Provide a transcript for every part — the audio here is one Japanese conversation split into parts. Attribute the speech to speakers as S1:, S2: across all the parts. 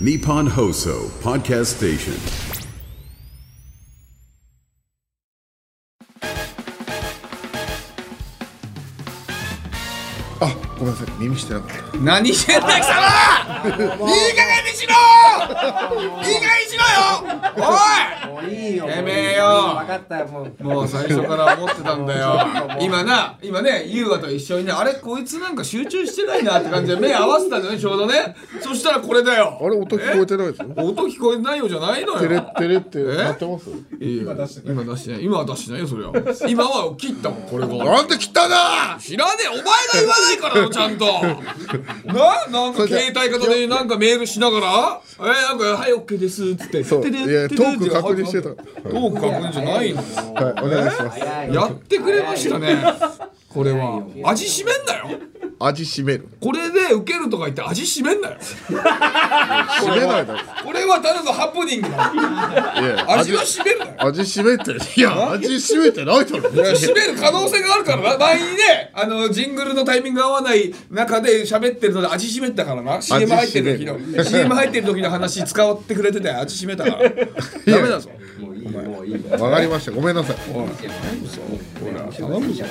S1: Nippon Hoso Podcast Station.
S2: あ、ごめんなさい、耳してなかった。
S3: 何してんだ貴 様いい加減にしろいい加減にしろよお
S4: いいよ。
S3: てめえよ
S4: 分かったよ、もう。
S3: いもう最初から思ってたんだ よ今な今ね優雅と一緒にねあれこいつなんか集中してないなって感じで目合わせたんだよねちょうどねそしたらこれだよ
S2: あれ、音聞こえてないですよ。
S3: 音聞こえてないよじゃないの
S2: テレ
S3: よ
S2: ッテレってなってます
S3: いいよ今出してない今は出してないよそれは今は切ったもんこれが
S2: なんで切ったな
S3: 知らねえお前が言わないからよちゃんと ななんか携帯型でなんかメールしながら「えなんかはい OK です」っつって
S2: そう
S3: てれ
S2: いや
S3: てれ
S2: トーク確認してた
S3: トーク確認じゃないの
S2: はい、お願いします。
S3: やってくれましたねこれは味しめんなよ
S2: 味しめる。
S3: これで受けるとか言って味しめんなよ
S2: しめないだろ。
S3: これはただのハプニングだ
S2: いや、
S3: 味
S2: 味
S3: はしめんなよ
S2: 味しめて、いや、味しめてないだろ。
S3: 締める可能性があるからな前にねあのジングルのタイミングが合わない中で喋ってるので味しめたからな CM 入ってる時
S2: 味
S3: の CM 入ってる時の話使ってくれてて味しめたからダメだぞ
S2: わかりました。ごめんなさい。
S3: ほら頼むぞ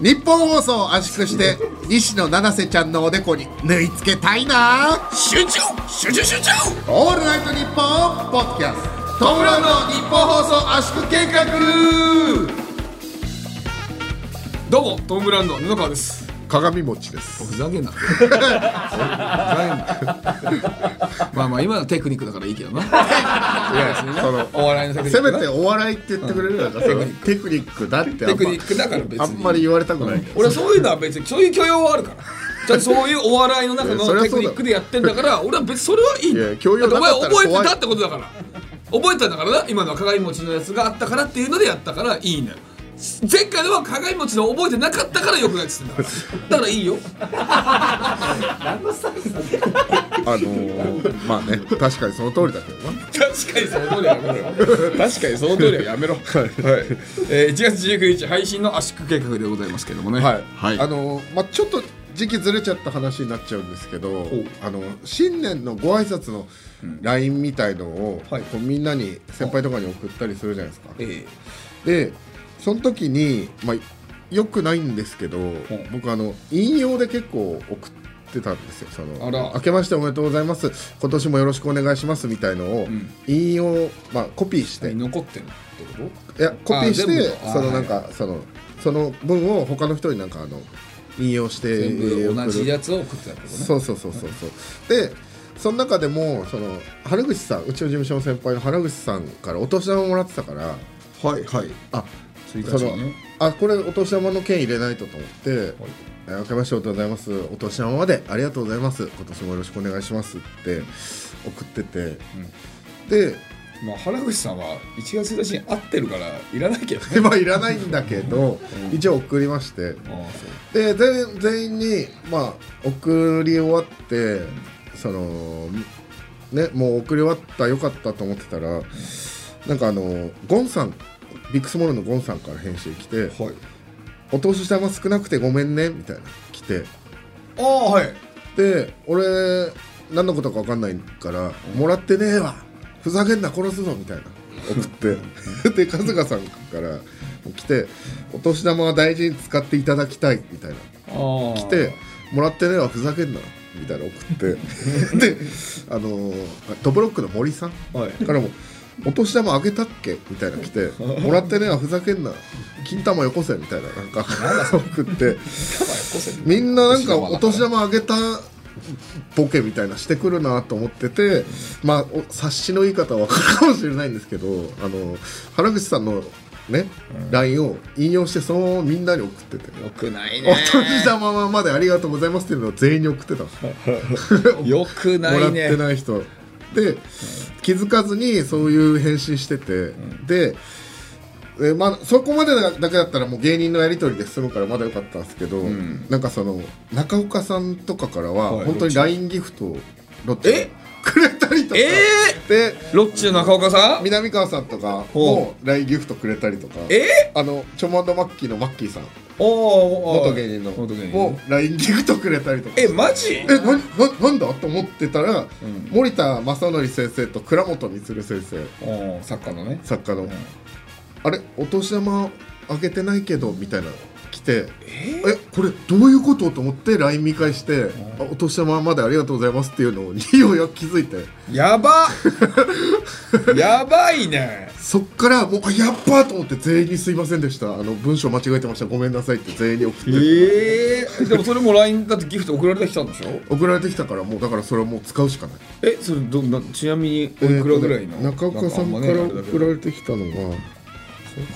S2: 日本放送を圧縮して、西野七瀬ちゃんのおでこに縫い付けたいな
S3: 集中集中集中
S2: オールナイトニッポンポッドキャスト。トムブラウンの日本放送圧縮計画
S3: どうもトムブラウンド布川です
S2: 鏡餅です。
S3: ふざけんなふざけ んなまあまあ今のテクニックだからいいけどない
S2: や、その、
S3: お笑いのテクニ
S2: せ
S3: ック
S2: め
S3: な
S2: てお笑いって言ってくれるよな、そのテクニックだってあんま
S3: テクニックだから別に
S2: あんまり言われたくないけど
S3: 俺はそういうのは別にそういう許容はあるからじゃあそういうお笑いの中
S2: いやそり
S3: の
S2: ゃ
S3: テ
S2: そうだ
S3: クニックでやってんだから俺は別にそれはいいんだ
S2: いや許容なかったら
S3: だってお前覚
S2: 怖
S3: え
S2: い
S3: てたってことだから覚えてたんだからな今のは鏡餅のやつがあったからっていうのでやったからいいんだよ前回のは鏡餅の覚えてなかったからよくないっつってんだからだからいいよ
S2: あのー、まあね確かにその通りだけどな
S3: 確かにその通りはやめろ確かにその通りはやめろ、はいえー、1月19日配信の圧縮計画でございますけどもね
S2: はい、
S3: はい、
S2: あのー、まあちょっと時期ずれちゃった話になっちゃうんですけどあの新年のご挨拶の LINE みたいのを、
S3: はい
S2: こうみんなに先輩とかに送ったりするじゃないですか、
S3: え
S2: でその時に、まあ、よくないんですけど、僕あの引用で結構送ってたんですよその
S3: あら
S2: 明けましておめでとうございます今年もよろしくお願いしますみたいのを、引用、まあ、コピーして、
S3: ー、
S2: い
S3: 残ってるってこと
S2: やコピーし
S3: 全部
S2: て
S3: のあ
S2: その
S3: はい
S2: なんか、そのその文を他の人になんかあの引用して
S3: 全部同
S2: 送る
S3: じやつを送ってたってことね
S2: そうそうそうそうそうでその中でもその原口さんうちの事務所の先輩の原口さんからお年玉もらってたから
S3: はいはい
S2: あ
S3: 1
S2: そ
S3: 日
S2: の
S3: にね
S2: あこれお年玉の券入れないとと思って、えー明けましておめでとうございますお年玉までありがとうございます今年もよろしくお願いしますって送ってて、で
S3: まあ、原口さんは1月1日に会ってるからいらないけどね。
S2: 今いらないんだけど、一応送りましてで全全員に、まあ、送り終わってそのねもう送り終わったよかったと思ってたらなんかあのゴンさんビックスモールのゴンさんから返信来て
S3: はい。
S2: 「お年玉少なくてごめんね」みたいな来て
S3: ああ、はい。
S2: で俺何のことか分かんないから「もらってねえわふざけんな殺すぞ」みたいな送って で春日さんから来て「お年玉は大事に使っていただきたい」みたいな
S3: ああ。
S2: 来て「もらってねえわふざけんな」みたいな送ってであのードブロックの森さん
S3: はい。
S2: からも「お年玉あげたっけ?」みたいな来て「もらってねえわふざけんな金玉よこせ」みたいななんか送ってみんななんかお年玉あげたボケみたいなしてくるなと思っててまあお察しの言い方は分かるかもしれないんですけどあの原口さんのね LINE を引用してそのままみんなに送ってて。
S3: よくない
S2: お
S3: ね。
S2: 年玉までありがとうございますっていうのを全員に送ってたの
S3: よくな
S2: もらっ
S3: いね
S2: て。ない人で気づかずにそういう返信してて、でえまあ、そこまでだけだったらもう芸人のやり取りで済むからまだよかったんですけど、なんかその中岡さんとかからは
S3: はい
S2: 本当に LINE ギフトをロッチ
S3: え
S2: くれたりとか、
S3: え
S2: で
S3: ロッチの中岡さん
S2: 南川さんとか
S3: ほ
S2: も LINE ギフトくれたりとか
S3: え
S2: あのちょまんどマッキーのマッキーさん
S3: おーおー
S2: 元芸人の
S3: 元芸人
S2: も LINE ギフトくれたりとか
S3: えマジ
S2: えなななんだと思ってたら、森田正則先生と倉本光先生
S3: おーサッカーのね
S2: 作家の、あれお年玉あげてないけどみたいなの来てえこれどういうことと思って LINE 見返して、あお年玉までありがとうございますっていうのにようやく気づいて
S3: や ばやばいね
S2: そっからもうあやっばーと思って全員にすいませんでしたあの文章間違えてましたごめんなさいって全員に送って、
S3: ええでもそれも LINE だってギフト送られてきたんでしょ
S2: 送られてきたからもうだからそれはもう使うしかない
S3: えそれどんなちなみにおいくらぐらいの、
S2: えーとね中岡さん
S3: な
S2: か
S3: かあ
S2: ら
S3: んまねあれだけ
S2: 送
S3: ど
S2: られてきたのが
S3: 中岡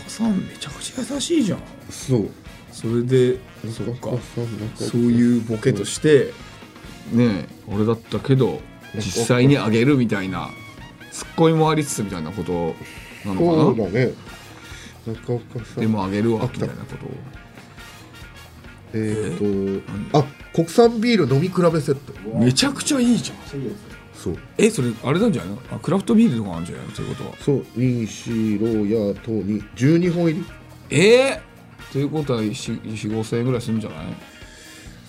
S3: さんめちゃくちゃ優しいじゃん
S2: そう
S3: それでそ
S2: 中
S3: っか
S2: 岡さん中岡
S3: そういうボケとしてねえ俺だったけど実際にあげるみたいなツッコミもありつつみたいなこと
S2: そ
S3: なの
S2: う
S3: か
S2: だね中岡さ
S3: なんでもあげる
S2: あ
S3: わみ
S2: 来た
S3: たいなことを
S2: えー、っとあ国産ビール飲み比べセット
S3: めちゃくちゃいいじゃん
S2: そう
S3: えそれあれなんじゃないのあクラフトビールとかあるんじゃないのということは
S2: そう2四郎や等に12本入り
S3: えー、ということは45,000円ぐらいするんじゃない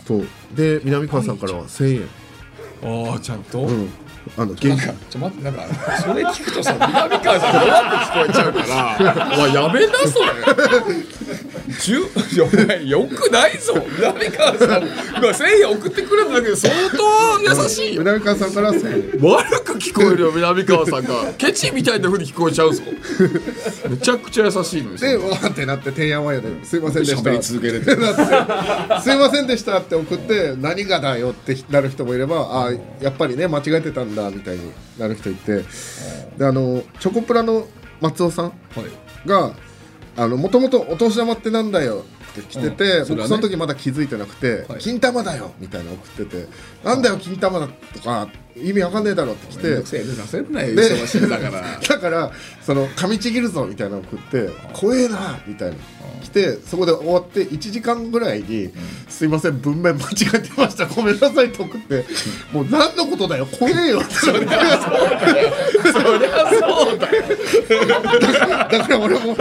S2: そうで南川さんからは1000円
S3: ああちゃんと、
S2: うんあの現金
S3: ちょ待ってなんかそれ聞くとさ南川さん弱って聞こえちゃうからわやめなそれ10いやよくないぞ南川さんが1000円送ってくれただけで相当優しいよ
S2: 南川さんから1000円
S3: 悪く聞こえるよ南川さん がケチみたいなふうに聞こえちゃうぞめちゃくちゃ優しいのに
S2: でわーってなっててんやわんやですいませんでした
S3: 喋り続けれて
S2: なってすいませんでしたって送って何がだよってなる人もいればあーやっぱりね間違えてたんだみたいになる人いてであのチョコプラの松尾さんがもともとお年玉ってなんだよって来てて、
S3: うんそれ
S2: 僕
S3: はね
S2: その時まだ気づいてなくて「
S3: はい
S2: 金玉だよ」みたいなの送ってて「なんだよ金玉だ」とか意味わかんねえだろって来て
S3: せ出せない
S2: で
S3: 忙しいんだから
S2: だからその噛みちぎるぞみたいなの送って怖えなみたいな来てそこで終わって1時間ぐらいに「すいません文面間違えてましたごめんなさい」と送って「もう何のことだよ怖えよ」ってそれ
S3: そりゃそうだよ
S2: だから俺も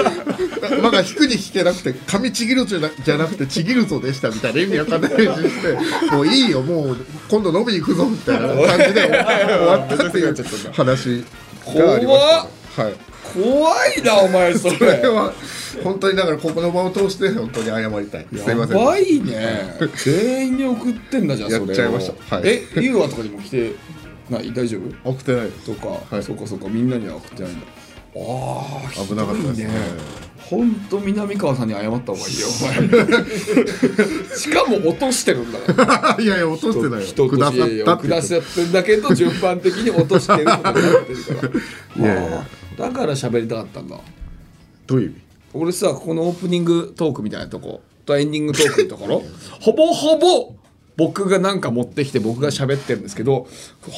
S2: まだ引くに引けなくて噛みちぎるじゃなじゃなくてちぎるぞでしたみたいな意味わかんない返事してもういいよもう今度飲みに行くぞみたいな感じで終わったって いう話がありました、ね。はい
S3: 怖いなお前そ
S2: これ
S3: れ
S2: は本当にだからここの場を通して本当に謝りたいすいません
S3: やばいね全員に送ってんだじゃんそれを
S2: やっちゃいましたはい
S3: えユーアとかにも来てない大丈夫
S2: 送ってないです
S3: とか、
S2: はい
S3: そうかそうかみんなには送ってないんだああ
S2: 危なかったですね
S3: 本当南川さんに謝った方がいいよお前しかも落としてるんだから
S2: いやいや落としてない
S3: 人
S2: よ
S3: と
S2: くださ
S3: して
S2: ったって
S3: くださってんだけど順番的に落としてるとかになってるから
S2: いやいやいや
S3: あーだから喋りたかったんだ
S2: どういう意味
S3: 俺さこのオープニングトークみたいなとことエンディングトークのところ ほぼほぼ僕がなんか持ってきて僕が喋ってるんですけど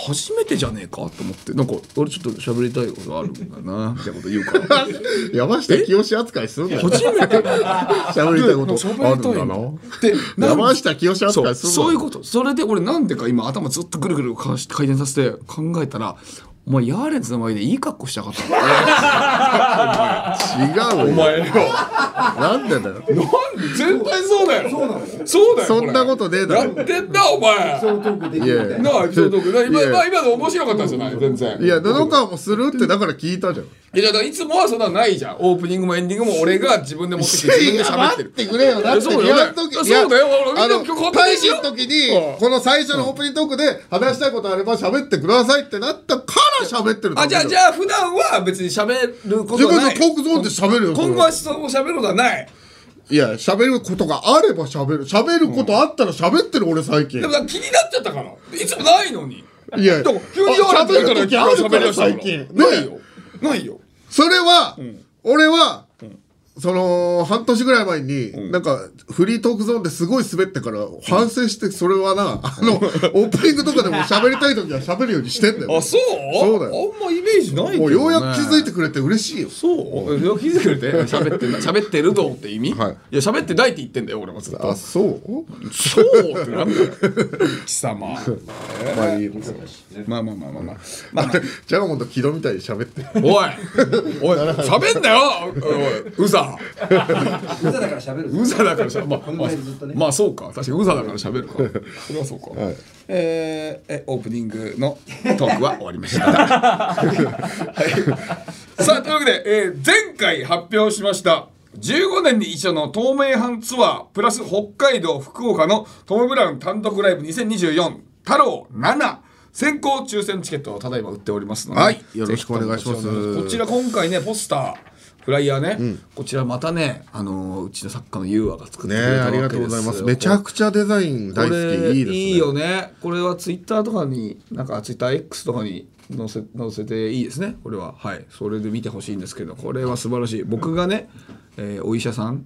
S3: 初めてじゃねえかと思ってなんか俺ちょっと喋りたいことあるんだなみたいなこと言うから
S2: 山下清扱いすんなよ
S3: 初めて
S2: 喋りたいことあるん
S3: 喋りた
S2: だ
S3: いんだ
S2: な
S3: でなん
S2: 山下清扱いすん
S3: そ
S2: な
S3: う
S2: よ
S3: そういうことそれで俺なんでか今頭ずっとぐるぐる回し回転させて考えたらお前ヤーレンズの前でいい格好したかったんだね
S2: 違うよ
S3: 前よ
S2: なんでだよ
S3: なん絶対そうだよそうだよそうだよ
S2: そんなことねえだろ
S3: やってんなお前
S2: いやいや
S3: なあ、ちょうど僕、な今、
S2: いや
S3: まあ、今の面白かったじゃない、全然。
S2: いや布川もするってだから聞いたじゃん
S3: いや、だからいつもはそんなのないじゃん。オープニングもエンディングも俺が自分で持ってきて、自分
S2: い
S3: で
S2: や
S3: 喋って
S2: 待っ
S3: る。
S2: てくれよだって
S3: そうだよ
S2: やっとき
S3: そうだよ
S2: いや
S3: 俺
S2: あの
S3: みんな今日
S2: 大使の時
S3: う
S2: に
S3: ん
S2: この最初のオープニングトークで話したいことあれば喋ってくださいってなったから喋ってる
S3: あ、じゃあ、じ
S2: あ
S3: ゃあ、普段は別に喋るこ
S2: 自
S3: とは
S2: 分の
S3: ない。
S2: トークゾーンで喋るよ
S3: 今後
S2: そ
S3: は
S2: れ
S3: そう喋ることはない。
S2: いや喋ることがあれば喋る喋ることあったら喋ってる俺最近
S3: でも、気になっちゃったから。いつもないのに。
S2: いや
S3: でも急に
S2: あ
S3: 言わ
S2: 喋
S3: れ
S2: る
S3: て
S2: 時あるから最近
S3: ない
S2: ね
S3: よ。ないよ。
S2: それは俺はその半年ぐらい前になんかフリートークゾーンですごい滑ってから反省してそれはなあのオープニングとかでも喋りたい時は喋るようにしてんだよ
S3: あ、そう
S2: そうだよ
S3: あんまイメージないけどね
S2: もうようやく気づいてくれて嬉しいよ。
S3: そういや気づいてくれて 喋ってんだ喋ってるぞって意味、
S2: はい
S3: い、や喋ってないって言ってんだよ俺もずっと
S2: あ、そう
S3: そうってなんだよ貴様
S2: まあいい
S3: まあまあまあまあまあまあ
S2: ジャガモンと木戸みたいに喋って。
S3: おいおい喋んだよおいウザか
S5: うざだから喋る
S3: うざだからしゃまあ、
S5: この
S3: まあ
S5: 前ずっとね
S3: まあそうか確かにうざだから喋るかそれはそうか、えーえオープニングのトークは終わりま した、はい、さあというわけで、えー前回発表しました15年に一度の東名阪ツアープラス北海道福岡のトム・ブラウン単独ライブ2024太郎7先行抽選チケットをただいま売っておりますので、
S2: はいよろしくお願いします
S3: ぜひともこちら今回ねポスターフライヤーね、こちらまたね、あのーうちの作家の優和が作って
S2: ね
S3: くれたわ
S2: あ
S3: けです
S2: りがとうございますめちゃ
S3: ち
S2: くちゃデザイン大好きいいですね
S3: いいよねこれはツイッターとかになんかツイッター X とかに載せ載せていいですねこれははいそれで見てほしいんですけどこれは素晴らしい僕がね、えーお医者さんに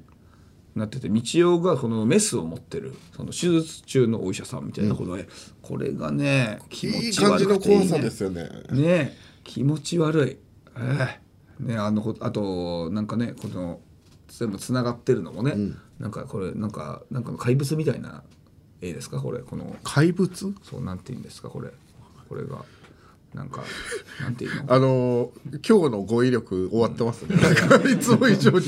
S3: なってて道夫がこのメスを持ってるその手術中のお医者さんみたいなことで、これがね気
S2: い
S3: 持
S2: い
S3: ち悪
S2: 感じの
S3: くていい、ね、
S2: 怖さですよね
S3: ねえ気持ち悪い、ええねえあのこあとなんかねこの全部つながってるのもね、なんかこれなんかなんかの怪物みたいな絵ですかこれこの
S2: 怪物
S3: そうなんて言うんですかこれこれがなんかなんて言うの
S2: あのー今日の語彙力終わってますね、なんかいつも以上に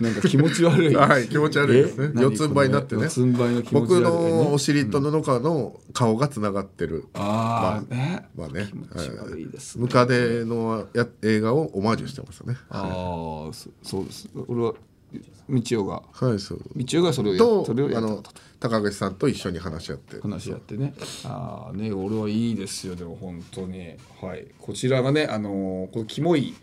S3: なんか気持ち悪い
S2: はい気持ち悪いです
S3: え
S2: ね
S3: 何
S2: 四つん這いになってね
S3: 四つん這いの気持ち
S2: 僕
S3: 悪いね
S2: のお尻と布川の顔がつながってる、
S3: ああ、ね
S2: まあね
S3: 気持ち悪いですね、
S2: ムカデのや映画をオマージュしてますね
S3: ああそそうです俺は道夫が
S2: はいそう
S3: 道夫がそれをや
S2: と
S3: それをや
S2: あ
S3: った
S2: の高口さんと一緒に話し合って
S3: 話し合ってねああね俺はいいですよでも本当にはいこちらがねあのーこのキモい、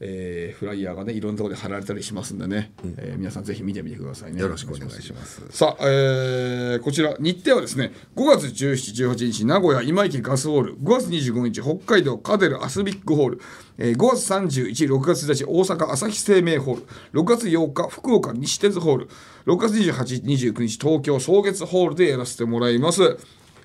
S3: えーフライヤーがねいろんなところで貼られたりしますんでね、えー皆さんぜひ見てみてくださいね
S2: よろしくお願いします
S3: さあ、えーこちら日程はですね5月17、18日名古屋今池ガスホール5月25日北海道カデルアスビックホール、えー5月31、6月1日大阪朝日生命ホール6月8日福岡西鉄ホール6月28、29日東京草月ホールでやらせてもらいます。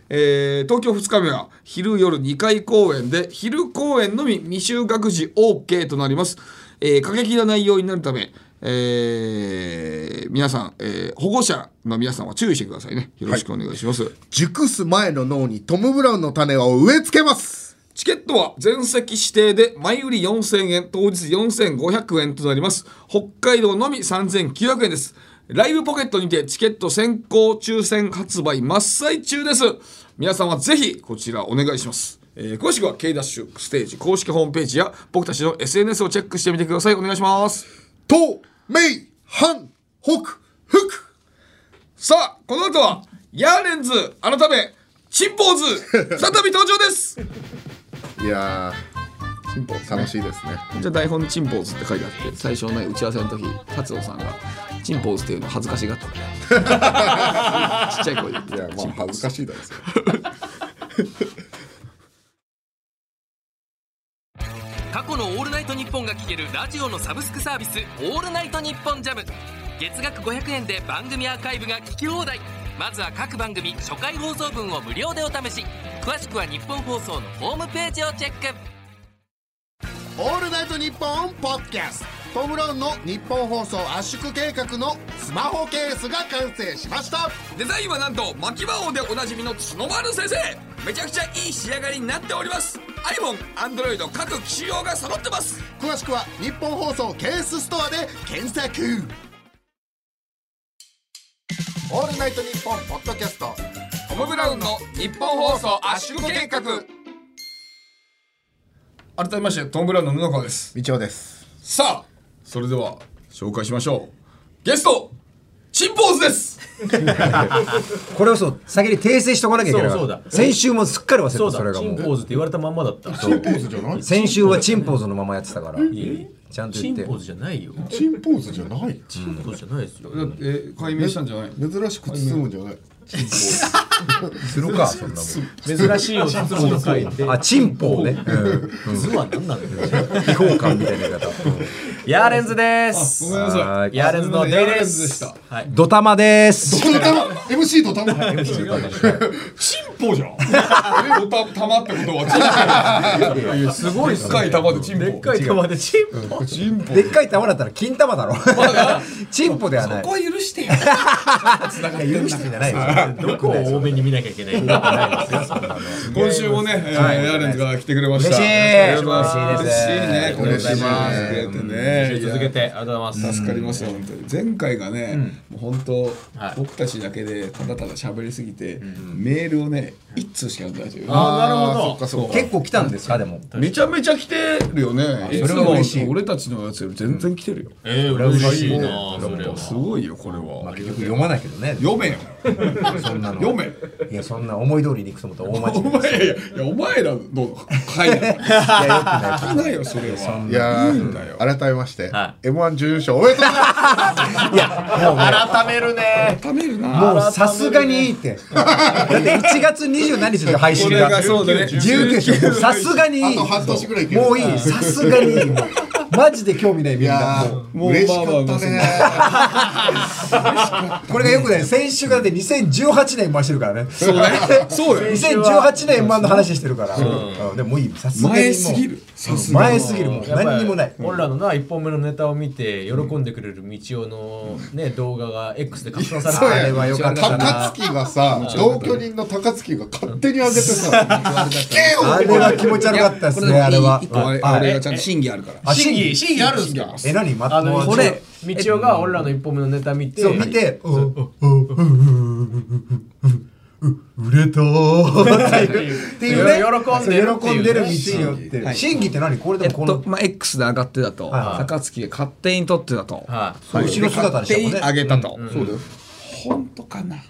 S3: えー東京2日目は昼夜2回公演で昼公演のみ未就学児 OK となります、えー過激な内容になるため、えー皆さん、えー保護者の皆さんは注意してくださいねよろしくお願いします、
S2: 熟す前の脳にトム・ブラウンの種を植え付けます
S3: チケットは全席指定で前売り4000円当日4500円となります北海道のみ3900円ですライブポケットにてチケット先行抽選発売真っ最中です皆さんはぜひこちらお願いします、えー詳しくは K ダッシュステージ公式ホームページや僕たちの SNS をチェックしてみてくださいお願いします
S2: 東名阪北福
S3: さあこの後はヤーレンズ改めチンポーズ再び登場です
S2: いやー楽しいですね
S3: じゃあ台本に「チンポーズ」って書いてあって最初のね打ち合わせの時達夫さんが「チンポーズ」っていうの恥ずかしがって たちっちゃい声で言って
S2: いやまあ恥ずかしいだろそれ
S6: 過去の「オールナイトニッポン」が聴けるラジオのサブスクサービス「オールナイトニッポンジャム月額500円で番組アーカイブが聞き放題まずは各番組初回放送分を無料でお試し詳しくは日本放送のホームページをチェック
S2: 「オールナイトニッポン」ポッドキャストトム・ブラウンの日本放送圧縮計画のスマホケースが完成しました
S3: デザインはなんと牧場王でおなじみの角丸先生めちゃくちゃいい仕上がりになっております iPhone、Android 各機種用が揃ってます
S2: 詳しくは日本放送ケースストアで検索「オールナイトニッポン」ポッドキャスト
S3: トム・ブラウンの日本放送圧縮計画改めましてトム・ブラウンの布川です
S2: みちおです
S3: さあそれでは紹介しましょうゲストチンポーズです
S5: これをそう先に訂正しておかなきゃいけない
S7: そうそうだ
S5: 先週もすっかり忘れて
S7: そ
S5: た
S7: う
S5: それ
S7: だ、
S5: が
S7: チ
S5: も
S7: ンポ
S5: う
S7: ーズって言われたまんまだった。チンポーズじゃない
S5: 先週はチンポーズのままやってたからちゃんと
S7: チ
S5: 言っ
S7: ン
S5: て
S7: ポーズじゃないよ。
S2: チンポーズじゃない
S7: チンポーズじゃないですよ。
S3: え解明したんじゃない
S2: 珍しく包むんじゃない
S5: するかそんなもん
S7: 珍しいよ、チンポーズ書いて。
S5: あチンポね
S7: 図は何なんだよ。
S5: 非効感みたいな言い方
S7: ヤーレンズです。
S3: ごめんなさ
S5: はいい
S7: ヤーレンズのデイで。
S3: ですした
S5: ドタマです
S2: ドタマ MC ドタマ MC
S3: チンポじゃんえた玉ってことはチンポいやすごいでっかい玉でチンポ
S7: でっかい玉でチンポ。
S3: チンポ
S5: でっかい玉だったら金玉だろチンポではない
S8: ここは許してよ
S5: いや許してんじゃないよ
S7: どこを多めに見なきゃいけないことないですよそんなの
S3: 今週もね、えー、ヤーレンズが来てくれました。
S5: 嬉しい
S3: ありがとうござます
S5: 嬉しい
S3: 嬉しいね、これ
S2: 嬉しいね
S3: くれてね。
S7: 続けてありがとうございます
S3: 助かりました本当に前回がね、もう本当、
S7: はい
S3: 僕たちだけでただただ喋りすぎて、メールをね一通しか読んだという
S7: あーなるほど
S2: そっかそっか
S5: 結構来たんですかでも
S3: めちゃめちゃ来てるよねい
S5: そ
S3: つ
S5: れは
S3: も
S5: 嬉しい
S3: 俺たちのやつより全然来てるよ、
S7: えー嬉しいなそれは
S3: すごいよこれは、
S5: まあ結局読まないけどね
S3: 読めよ
S5: そんなの
S3: 読 め
S5: いやそんな思い通りにいくと思った ら大
S3: お
S5: 間違い
S3: 前いやいやお前らの回や から
S5: いやよ
S3: 聞か
S5: くない
S3: ないよそれはい
S2: や
S3: んだよ
S2: ー改めまして、
S7: は
S2: M1 準優勝おめでとうございます
S7: 改めるね
S3: ためるな
S5: もうさすがにいいって。だって1月27日で配信
S3: これ
S5: が。
S3: がそうだね
S5: 19でしょもうさすがにいい。
S2: あと半年くらいいける
S5: もういい。さすがにいい。マジで興味ないみん
S2: いや
S5: な。もう
S2: ー嬉しかったね
S5: これがよくない。先週からで2018年回してるからね。
S3: そうねそう よ
S5: 2018年1の話してるから。うんでももういい。さすがにもう。
S3: 前すぎるさすがに
S5: 前すぎる。もう何にもない。
S7: 俺らのな1本目のネタを見て喜んでくれる道夫のね動画が X で拡散されて
S5: あれはよかったな。
S2: 高槻がさ同居人の高槻が勝手に上げてさ聞けよ
S5: あれは気持ち悪かったですね、あれは。
S3: あれあれがちゃんと審議あるから
S5: あ
S7: 審議審議あるんすか
S5: え、何ま
S7: あの
S5: もう
S7: これ道夫が俺らの1本目のネタ見て
S5: そう見て、うんうんうんうん売れたーっていうっていうね
S7: 喜んでるって
S5: 喜
S7: いうね
S5: んでる道によって、
S3: はい
S5: 審議って何これ
S3: え
S5: で
S3: っ
S5: もこの、
S3: と、まあ、X で上がってたと、
S5: はいはい
S3: 高槻が勝手に撮ってたと、
S7: は
S5: 後ろ姿で
S3: 勝手に
S5: したも
S3: 上
S5: んね
S3: げたと、
S2: そうだよ
S3: 本当かない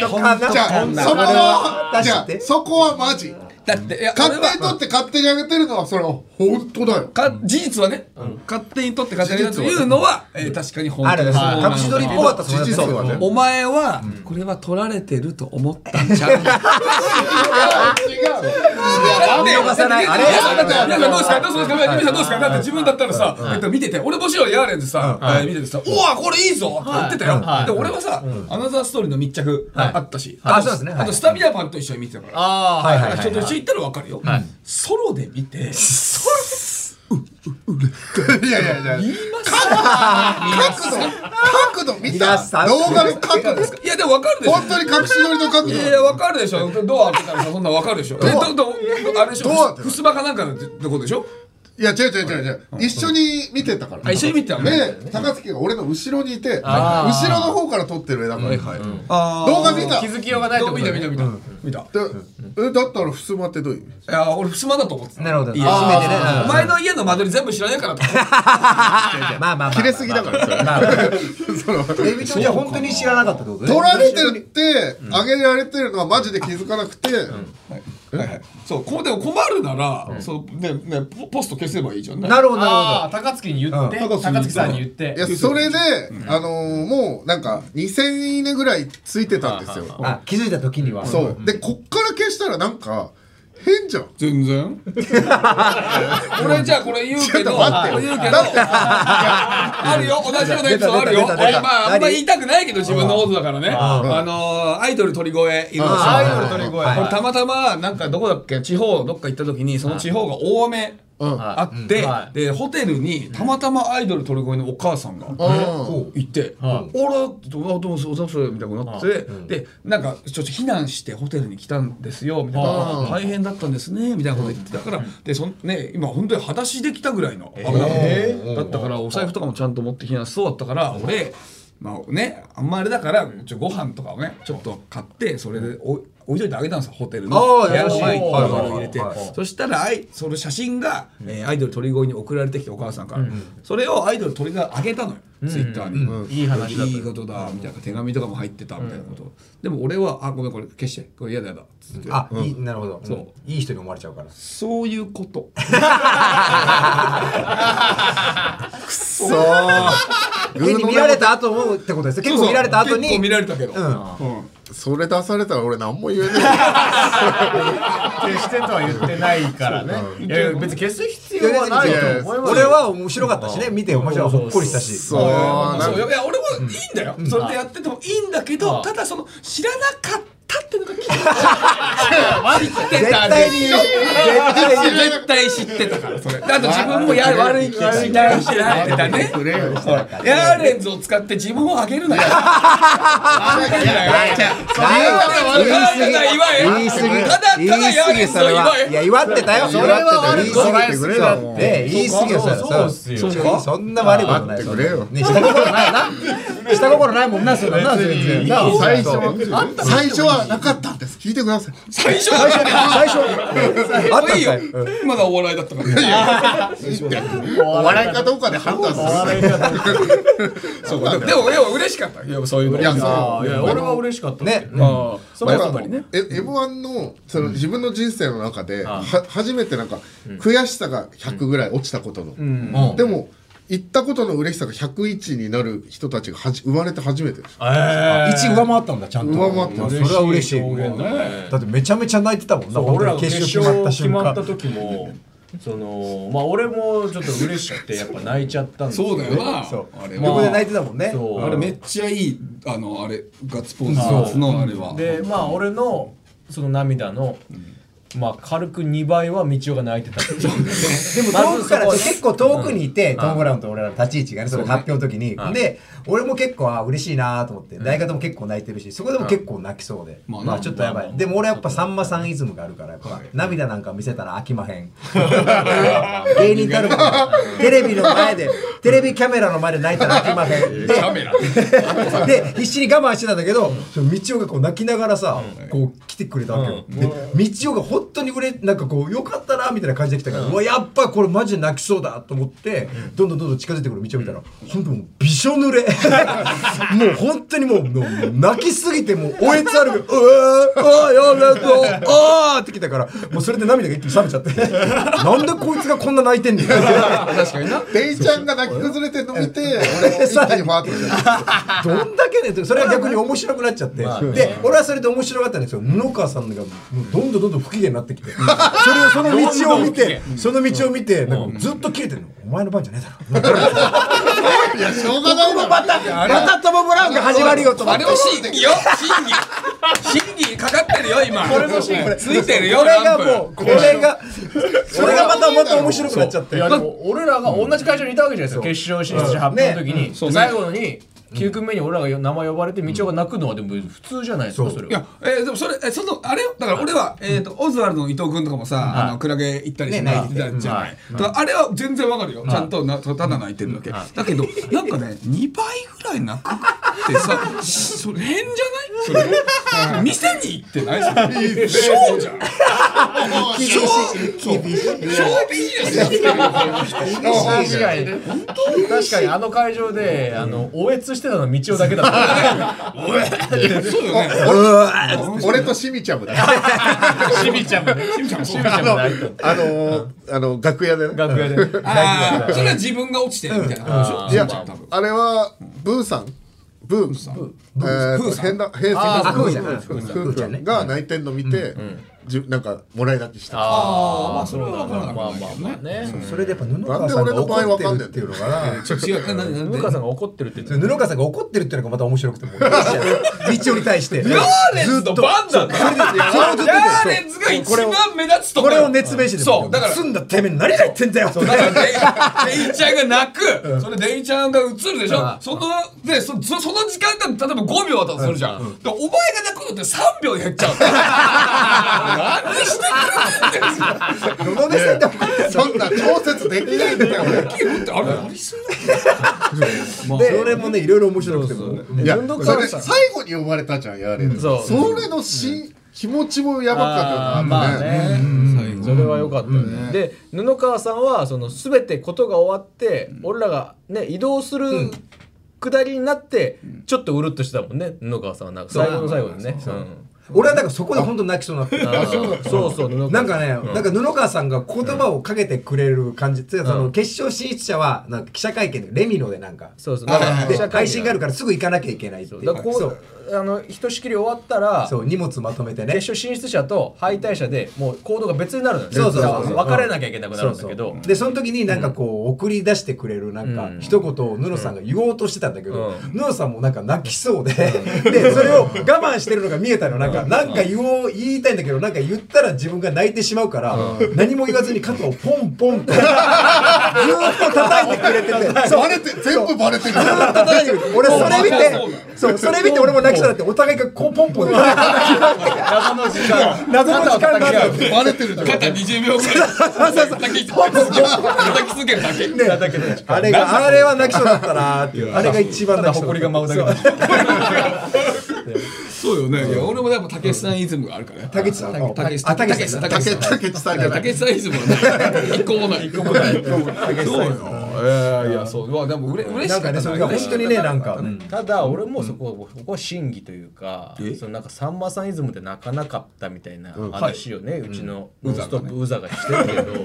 S5: とかな
S2: じゃあそこはじゃあそこはマジ
S3: だっていや
S2: 勝
S3: 俺
S2: 手に
S3: は
S2: 取って勝手に上げてるのはそれは本当だよ
S3: か事実はね、勝手に撮って勝手に上げたというのは、えー確かに本
S5: あ
S3: 当
S5: れ
S3: で
S5: ですす隠し撮りっぽかった
S2: 事実はね
S3: お前は、これは撮られてると思ったんちゃうだって
S5: 見逃さない
S3: だって
S5: あれ
S3: だって皆さんどうですかどうですか皆さんどうですかだって自分だったらさ、えっと、見てて俺もちろんヤーレンズさ、えー見ててさ「うわこれいいぞ!」って言ってたよ、で俺はさ、アナザーストーリーの密着あったし、
S5: はい
S3: と
S5: あそうですねはい
S3: あとスタミナパンと一緒に見てたから、
S7: あ
S5: はい
S3: だ
S5: は
S3: か
S5: い
S3: ら
S5: は
S3: 人
S5: い
S3: と一緒に行ったら分かるよ、ソロで見て
S2: いやいやいや言いました角度角度見
S5: 皆
S2: た
S5: さん
S2: 動画の角度ですか
S3: いやでも分かるでしょ
S2: 本当に隠し撮りの角
S3: い
S2: 度
S3: やいや、わかるでしょ。ドア開けたらさ、そんなんわかるでしょ。え、ど、ど、あれでしょ。
S2: ドア
S3: ふふすばかなんかのってことでしょ。
S2: いや違う違う違う違う一緒に見てたから
S3: あ一緒に見てたの
S2: で高槻が俺の後ろにいて後ろの方から撮ってる絵だから動画見た
S7: 気づきようがないって
S3: ど
S7: こ
S3: う見
S7: とだ
S3: た
S7: よ
S3: 見
S7: ね
S3: た見た。見た。い
S2: でえだったらふすまってどういう意味
S3: や、俺ふすまだと思ってた。
S5: なるほど
S3: いや
S5: 初めてね
S3: お前の家の間取り全部知らないからと思って。
S5: まあまあまあ
S2: 切れすぎだからそれ
S5: まあまあえみちょじゃあ本当に知らなかったってことね
S2: 撮られてるってあげられてるのはマジで気づかなくて
S3: はいはいそう、こうでも困るなら、そう、ね、ね、ポポスト消せばいいじゃんね。
S5: なるほどな
S7: ああ高槻に言って
S2: うん
S7: 高槻さんに言って
S2: いやそれであのーもうなんか2000いいねぐらいついてたんですよ
S5: るほどあ気づいた時には
S2: そうでこっから消したらなんか変じゃん
S3: 全然。俺じゃあこれ言う
S2: ち
S3: けど、
S2: ょっと待って
S3: 言うけど、あるよ、同じようなエピソードあるよ。
S5: 出た出た出た
S3: まあ、あんま言いたくないけど自分のことだからね。あのー、アイドル鳥越いるでしょ
S7: アイドル取り声
S3: これたまたまなんかどこだっけ地方どっか行った時にその地方が大雨あって、
S7: はい
S3: でホテルにたまたまアイドル鳥越のお母さんがこういて「あらどうどうぞどうぞ」みたいになってでなんかちょっと避難してホテルに来たんですよみたいな大変だったんですねみたいなこと言ってたからでそんね今本当に裸足できたぐらいの危なかっただったからお財布とかもちゃんと持って避難しそうだったから俺まあね、あんまあれだからちょご飯とかをねちょっと買ってそれでお置いといてあげたんですよホテルの
S5: ああ
S3: 部屋の前に
S5: はい
S3: カ
S5: はい
S3: バンを入れて
S5: はいはい
S3: そしたらあいその写真が、えーアイドル鳥越に送られてきてお母さんから、それをアイドル鳥越があげたのよ、ツイッターに、
S7: いい話だった
S3: いいことだみたいな手紙とかも入ってたみたいなこと、でも俺は「あごめんこれ消してこれ嫌だ嫌だ」っつって
S5: あいいなるほど
S3: そう
S5: うんいい人に思われちゃうから
S3: そういうこと
S2: そう
S5: 家に見られた後もってことですね結構見られた後
S3: 結構
S5: に
S3: 見られたけど、
S2: それ出されたら俺何も言えない
S7: 消してとは言ってないからねいやいや別に消す必要はないと思います
S5: 俺は面白かったしね見て面白いほっこりしたし
S2: そうなん
S3: そう
S2: か
S3: いや俺もいいんだよ、それでやっててもいいんだけど、ただその知らなかったっていうのが気になっちゃう
S7: 間
S3: わびって
S5: 絶
S3: た
S5: 対に絶対に
S3: 絶対知ってたからそれであと自分もや悪い気がしないしてないってたねヤーレンズを使って自分を上げるなよ
S5: 言
S3: 言
S5: い過ぎ言い過ぎ
S3: ただただ
S5: 言い過
S3: や
S5: ぎ
S3: る
S5: それは
S3: そう言え
S5: いや祝ってたよ
S7: それは悪
S5: 言い
S7: く
S5: 過ぎ
S7: 捉えすぎだって
S5: で言い過ぎよそれ
S7: そうっすよ
S5: そうそんな悪いことな
S2: 待
S5: い
S2: ってくれよ
S5: ね下心ないな下心ないもんなそんなな全然な
S2: 最初は最初はなかったんです聞いてください
S3: 最初は
S5: 最初あったんかいうん
S3: まだお笑いだったから
S2: お笑いかどうかで判断す
S3: そうだでも要は嬉しかったいやそういうの
S2: るいやそ
S7: あ
S2: う
S7: いや俺は嬉しかった
S5: ね
S3: ああ
S7: そうやっぱりね
S2: え M1 のその自分の人生の中では初めてなんか悔しさが100ぐらい落ちたことのでも行ったことの嬉しさが101になる人たちがはじ生まれて初めてでしょ
S5: 一上回ったんだちゃんと
S2: 上回ってます
S5: それは嬉しいだってめちゃめちゃ泣いてたもんな
S7: 俺ら
S5: 本当に
S7: 決
S5: 決勝決ま
S7: 勝
S5: った
S7: 決
S5: 瞬
S7: ま
S5: 間
S7: った時もそのまあ俺もちょっと嬉しくてやっぱ泣いちゃったんですけど
S3: そうだよな
S5: そう
S3: あれ
S5: 横で泣いてたもんね
S7: そう
S3: あれめっちゃいいあのあれガッツポーズのあれは
S7: でまあ俺のその涙の、まあ軽く2倍は道夫が泣いてたっていう
S5: でも
S7: ま
S5: 遠
S7: ず
S5: く
S7: そ
S5: から
S7: こね
S5: 結構遠くにいて、トム・ブラウンと俺らの立ち位置がね、それ発表の時に、で、俺も結構、あ、嬉しいなと思って、大方も結構泣いてるし、そこでも結構泣きそうで、
S3: まあ
S5: まあちょっとやばい。でも俺やっぱさんまさんイズムがあるから、やっぱ涙なんか見せたら飽きまへ ん。芸人たるも のテレビの前で、テレビキャメラの前で泣いたら飽きまへ ん。でで必死に我慢してたんだけどその道夫がこう泣きながらさ、こう来てくれたわけよ、で道夫が本当に売れなんかこうよかったなみたいな感じで来たから、うわやっぱこれマジで泣きそうだと思って、どんどんどんどん近づいてくる道夫見たら本当もうびしょ 濡れもう本当にもうもう泣きすぎてもうおえつあ るが「うわーあーやだとあー」って来たからもうそれで涙が一気に冷めち ゃってなんでこいつがこんな泣いてんねん
S3: 確かにな
S2: デイちゃんが泣き崩れてるの見て俺も一気にファーッとし
S5: どんだけねってそれは逆に面白くなっちゃって、で俺はそれで面白かったんですよ布川さんがもうどんどんどんどん不機嫌になってきて、それをその道を見てその道を見てなんかずっと切れてるの、お前の番じゃねえだろ
S2: たいやしょうがないだろ
S5: またまたトム・ブラウンが始まるよと思
S3: あ
S5: って
S3: れを審議よ審議審議かかってるよ今これも審議ついてるよ
S5: これが
S3: ラン
S5: も
S3: プ
S5: うこれがそれがまたまた面白くなっちゃって
S7: いやでも俺らが同じ会場にいたわけじゃないですか決勝進出者発表の時に、
S3: うね
S7: 最後に9組目に俺らが名前呼ばれて道夫が泣くのはでも普通じゃないですかそれはい
S3: や、えーでもそれ、えそのあれだから俺は、えー、とオズワルドの伊藤君とかもさ、あのクラゲ行ったりして
S5: ね
S3: 泣いてたじゃない、だからあれは全然わかるよ、ちゃんとなただ泣いてるだけ、だけどなんかね2倍ぐらい泣くってさしそれ変じゃないそ れ店に行ってないそ れショーじゃんショーそうショービジネスやってるよ
S7: 確かに確かにあの会場であのおえつしてたのは道夫だけだった
S3: そうよね
S2: 俺としみちゃんもだよ
S7: し みちゃんもね しみちゃんも泣いて
S2: あのーあの楽屋でね
S7: た楽屋で
S3: ああそれは自分が落ちてるみたいなこと
S2: い
S3: でしょ
S2: や
S3: しんちゃん多分
S2: あれはブーさんブーさんえー
S3: ブー
S2: と
S3: さん
S2: 変な変
S5: あー
S2: な
S5: あブー
S2: ブ
S5: じゃない
S2: ー
S5: ブーじゃない
S2: 君が泣いてんの見てじゅなんかもらい泣きした
S7: ああまあ
S3: それは分からなく
S7: ま
S3: は
S7: あ
S3: ない
S7: ま
S3: け
S7: あ
S3: どね
S7: まあね
S5: それでやっぱ布川さんが怒ってるっていうのがな
S3: 違うなななんで
S7: 向川さんが怒ってるって
S5: 布川さんが怒ってるっていうのがまた面白くてもう道夫に対して
S3: ヤーレンズの番だねヤーレンズが一番目立つとこ
S5: こ
S3: よ
S5: れを熱弁して
S3: そうだから
S5: 済んだてめえ何が言ってんだよって
S3: だからデイデイちゃんが泣くそれデイちゃんが映るでしょそのでそそその時間が例えば5秒だとするじゃんでお前が泣くのって3秒で減っちゃう何してくれてんだよ
S5: のどめ線で怒ってん
S2: そんな調節できないんだよ俺
S3: キムってあれ何する
S5: のそれもねいろいろ面白くても
S2: いやそれ最後に呼ばれたじゃんやれる
S7: そう
S2: それのし気持ちもやばかった
S7: あー
S2: よ
S7: まあ
S2: ね
S7: ね、それは良かったね、で布川さんはその全てことが終わって、俺らがね移動する下りになって、ちょっとうるっとしてたもんね布川さんはなんか最後の最後にねうん
S5: 俺はだからそこで本当泣きそうになって
S7: あーそうそう布川
S5: なんかね、なんか布川さんが言葉をかけてくれる感じ、つまりその決勝進出者はなんか記者会見でレミノでなんか
S7: そうそうなんか
S5: で
S7: 記者会見
S5: 配信があるからすぐ行かなきゃいけないっていう
S7: だからこう
S5: そう
S7: あのひとしきり終わったら
S5: そう荷物まとめてね
S7: 決勝進出者と敗退者でもう行動が別になるのよ
S5: そうそうそう
S7: だから分かれなきゃいけなくなるんだけど
S5: そうそうでその時になんかこう送り出してくれるなんか一言をヌノさんが言おうとしてたんだけど、ヌノさんもなんか泣きそうで、 でそれを我慢してるのが見えたのなんか、なんか言おう言いたいんだけどなんか言ったら自分が泣いてしまうから、何も言わずに肩をポンポンとずーっと叩いてくれてて そう
S2: バレて全部バレてる
S5: ずーっと叩いて くれて俺それ見
S3: そう
S5: てそうそれ見て俺も泣きそうになってお互いがこうポンポンで謎の時間謎の時間があった
S2: バレてるじゃん
S3: 肩20秒ぐらい叩き続けるだけ
S5: ね、あれがあれは泣きそうだったなーっていうあれが一番泣きそうだった
S3: そうよねいや俺もやっぱたけしさんイズムがあるからね
S5: たけしさん
S3: たけし
S5: あ
S3: た
S5: た
S3: け
S5: け
S3: し
S5: し
S3: さ
S5: さ
S3: んた
S5: ん
S3: けしさん
S2: たけしさんじゃな
S3: た
S2: い
S3: けしさんイズムはね一個もない一個もないそうよえーいやそううわでもうれ嬉し
S5: なん
S3: か
S5: か
S3: っ
S5: ね
S3: た
S5: それが本当にねなんか
S7: ただ俺もそこは、ここは真偽というかそのなんかさんまさんイズムで泣かなかったみたいな話をね、うちの「ノンストップウザがしてるけど、い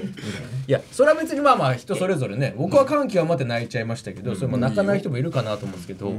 S7: やそれは別にまあまあ人それぞれね僕は感極まって泣いちゃいましたけど、それも泣かない人もいるかなと思うんですけど、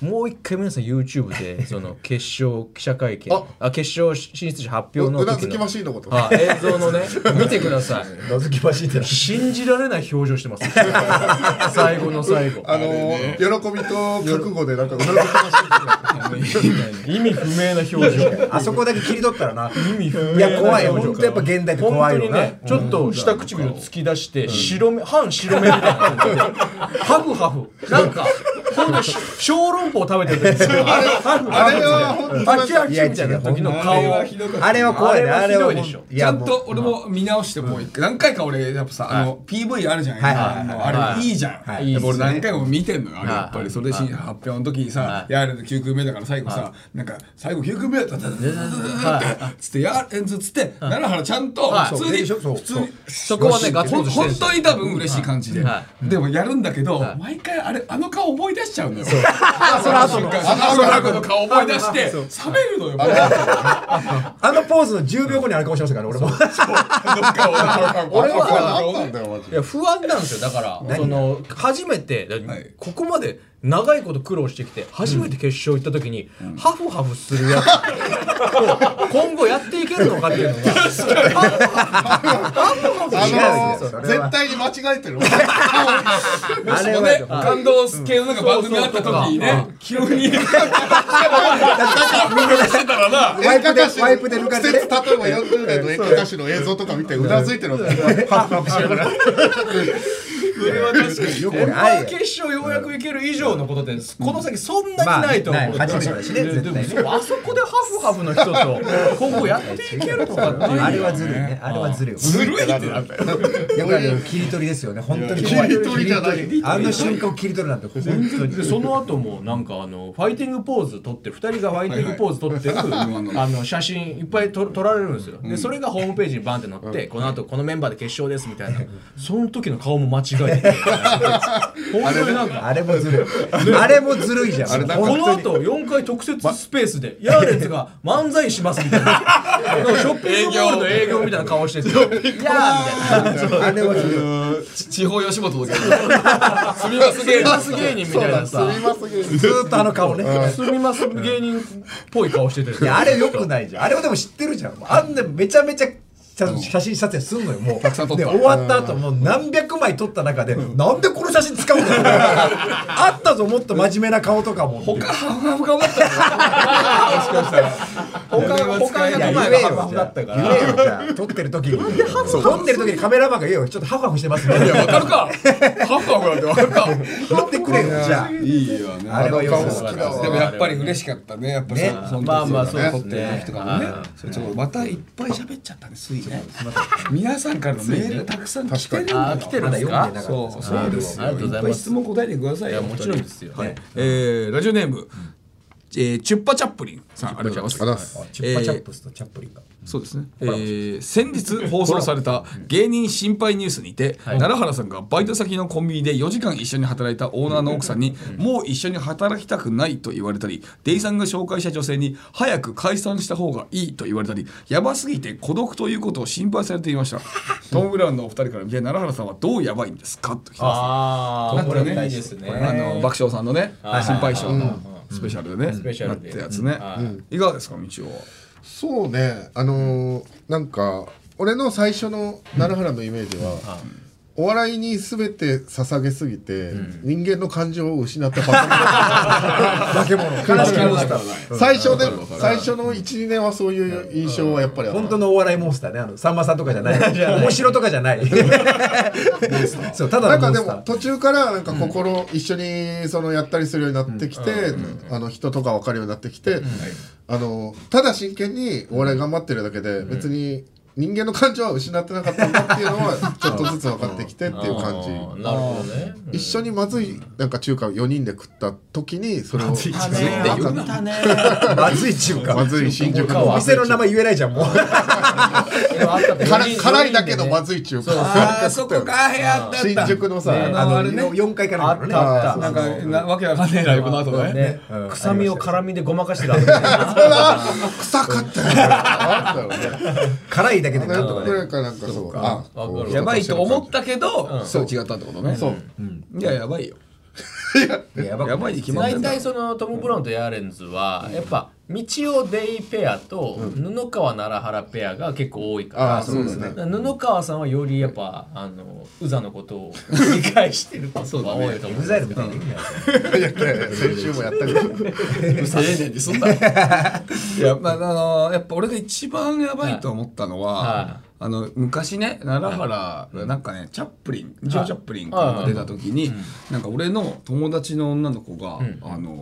S7: もう一回皆さん YouTube でその決勝記者会見あ決勝進出者発表の
S2: うな
S7: 時
S2: ずき
S7: の
S2: マシーンのこと
S7: あ映像のね 見てください
S5: 謎きましいってな
S7: 信じられない表情してます 最後の最後
S2: あのー喜び と覚悟でなんかうなずきマシ
S7: 意味不明な表情
S5: あそこだけ切り取ったらな
S7: 意味不明
S5: いや怖い本当やっぱ現代って怖いよな
S7: ちょっと下唇突き出して白目半白目みたいなハフハフなんかほんと小籠包食べてる時ハフ
S2: あれは本当に
S7: ハキハキみたいな時の顔
S5: あれは怖いね
S7: あ
S5: あ
S7: れ
S5: れ
S7: は
S5: は
S7: ひどいでしょ
S5: い
S3: ちゃ
S5: や
S3: ん
S5: もう
S3: と俺も見直してもう一回何回か俺やっぱさあの PV あるじゃない
S5: はいはい
S3: もうあれいいじゃん
S5: はい
S3: やっぱ
S5: いいっ
S3: 俺
S5: すね
S3: 何回も見てんのよあれやっぱりそれで発表の時にさヤーレンの9組目だから最後さなんか最後9組目だったつってヤーレンズつって奈良原ちゃんと普通に
S5: そうそう
S3: 普通に
S7: そこはねガッツポ
S3: 本
S7: ーズしてるん
S3: 本
S7: ですよ
S3: 当に多分嬉しい感じで
S7: は
S3: でもやるんだけど毎回あれあの顔思い出しちゃうのよ
S5: あその後の
S3: あのラの顔思い出して冷めるのよもう
S5: あのポーズの10秒後にあれかもしれませんから俺も
S3: 俺は
S2: ーンなんだよマジ
S7: いや不安なんですよだからその初めてだ
S3: はい
S7: ここまで長いこと苦労してきて初めて決勝行った時にハフハフするやつを今後やっていけるのかっていうのが
S2: あの
S5: 違うよそれ
S2: ー絶
S5: は
S2: 対に間違えてる
S5: あれ
S3: もう
S5: は
S3: ね、感動系のなんか番組あった時にね、急に。
S5: ワイプで
S2: 演歌歌手の
S5: ワイプで抜かれて
S2: 季節
S5: ね
S2: 例えば40年の演歌歌手の映像とか見てうなずいてるわけだよハフ ハフしながら
S7: それは確かに
S5: よく
S7: ま
S5: な
S7: あ
S5: い
S7: 決勝ようやくいける以上のことでこの先そんなに
S5: まあ
S7: ないと思う、
S5: ない初めてだしね
S7: で
S5: 絶対ね
S7: でもあそこでハフハフの人と今後やっていけるとかっていう
S5: あれはずるいねあれはずるいよ
S3: ずるいってなったよ。
S5: やっぱり切り取りですよね本当に怖い
S2: 切り取りじゃない
S5: 切り取りあの瞬間を切り取るなんて本当に
S7: でその後もなんかあのファイティングポーズ撮って2人がファイティングポーズ撮ってるあの写真いっぱい撮撮られるんですよでそれがホームページにバンって載ってこの後このメンバーで決勝ですみたいなその時の顔も間違え て本当になんか
S5: あれもずるい。あれもずるいじゃん。あれ
S7: この後4回特設スペースでヤーレンズが漫才しますみた いなショッピングモールの営業みたいな顔してて「いやー」みたいな
S5: あれはずるい。
S3: 地方吉本とか。すみません。
S7: 「マス芸人」みたいな
S5: ず
S7: さ
S5: ーっとあの顔ね。
S7: すみます芸人っぽい顔してて
S5: いやあれよくないじゃん。あれはでも知ってるじゃん。あんなめちゃめちゃ。写真撮影すんのよもう
S3: さん撮っ
S5: で
S3: た
S5: 終わった後もう何百枚撮った中でなんでこの写真使うの あったぞもっと真面目な顔とかも
S3: 他ハフハフ頑張ったの。もしかしたら。他他
S5: い
S3: 100
S5: や言
S3: 枚
S5: え
S3: がハフハ
S5: よ
S7: フ
S5: じ
S7: だ
S5: ゃ
S7: っ
S5: あ
S7: たから
S5: 言えよじゃあ撮ってる時に撮ってる時にカメラマンが言えよちょっとハフハフしてますね
S3: フ。わかるか。ハフハフなんてわかるか。
S5: 言ってくれよじゃ
S3: いいよね
S5: ああれはよく
S2: 好きだわ
S3: でもやっぱり嬉しかったね。やっぱ
S5: ね
S3: さ、その時
S7: まあまあそうですね
S3: 撮ってる時とかもね。それちょっとまたいっぱい喋っちゃったね。ついね。皆さんからのメールたくさん来てるんだよ。
S7: あー来てるんです
S5: まだ読んでなか
S7: か
S5: った
S3: そうそうですよ。
S7: ありがとうござい
S3: っぱ
S7: ま
S3: い
S7: す
S3: 質問答えてください
S7: い
S3: よ。
S7: やもちろんですよ、
S3: はいえーラジオネーム、えーチュッパチャップリンさんありがとうございます。
S5: あチュッパチャップスとチャップリンが
S3: そうですね、えー先日放送された芸人心配ニュースにて、奈良原さんがバイト先のコンビニで4時間一緒に働いたオーナーの奥さんにもう一緒に働きたくないと言われたりデイさんが紹介した女性に早く解散した方がいいと言われたりやばすぎて孤独ということを心配されていましたトム・ブラウンのお二人から見て奈良原さんはどうやばいんですかと聞きます
S7: ああこれねいいですね
S3: あの爆笑さんのね心配性のスペシャルでね、
S7: スペシャルで
S3: なってやつね、
S7: はい
S3: いかがですか道夫は
S2: そうねあのーなんか俺の最初の奈良原のイメージは、お笑いに全て捧げすぎて、人間の感情を失った 化け物化け物最初で最初の12年はそういう印象はやっぱりある
S5: 本当のお笑いモンスターねあのさんまさんとかじゃない面白とかじゃないそうた
S2: な
S5: だ
S2: ん
S5: のモ
S2: か
S5: ン
S2: でも
S5: スター
S2: 途中からなんか心一緒にそのやったりするようになってきて、あの人とか分かるようになってきて、あのただ真剣にお笑い頑張ってるだけで別に人間の感情は失ってなかったんだっていうのはちょっとずつ分かってきてっていう感じ。
S7: あーなるほどね
S2: 一緒にまずいなんか中華を4人で食った時にそれを
S5: まずい中華
S2: まずい新宿
S5: お
S2: の
S5: 店の名前言えないじゃんもう
S2: 辛い辛いだけどまずい中 華
S3: あそこか部屋あった
S2: 新宿のさ
S5: あ
S2: あ
S5: の
S3: あれね
S5: 4階からだからね
S7: あったあっ
S2: な
S7: た
S3: なんん
S2: か
S3: かなわけわかんねえライブの後ね
S7: ね
S5: うん
S7: 臭みを辛みでごまかしてたわ けだね
S2: 臭かったよねあったよね
S5: 辛いだけでなんとか
S2: こ
S5: ね
S2: れかなんかそうあ
S7: わかる
S3: やばいと思ったけど、そう違ったってことね
S2: そう
S3: いややばいよ
S5: いややばく
S3: やばいに決まって
S7: 大
S3: んだ
S7: 体そのトム・ブラウンとヤーレンズはやっぱ道をデイペアと布川奈良原ペアが結構多いから、
S2: あーそうですね
S7: だから布川さんはよりやっぱあのうざのことを繰り返してることが多いと思う
S5: うざいのみたいな意味ない
S2: いやいやいや先週もや ったけど
S3: いやまああのやっぱ俺が一番やばいと思ったのは、
S7: は
S3: あの昔ね奈良原がなんかねチャップリンジョー・チャップリンかなんか出た時に、なんか俺の友達の女の子が、あの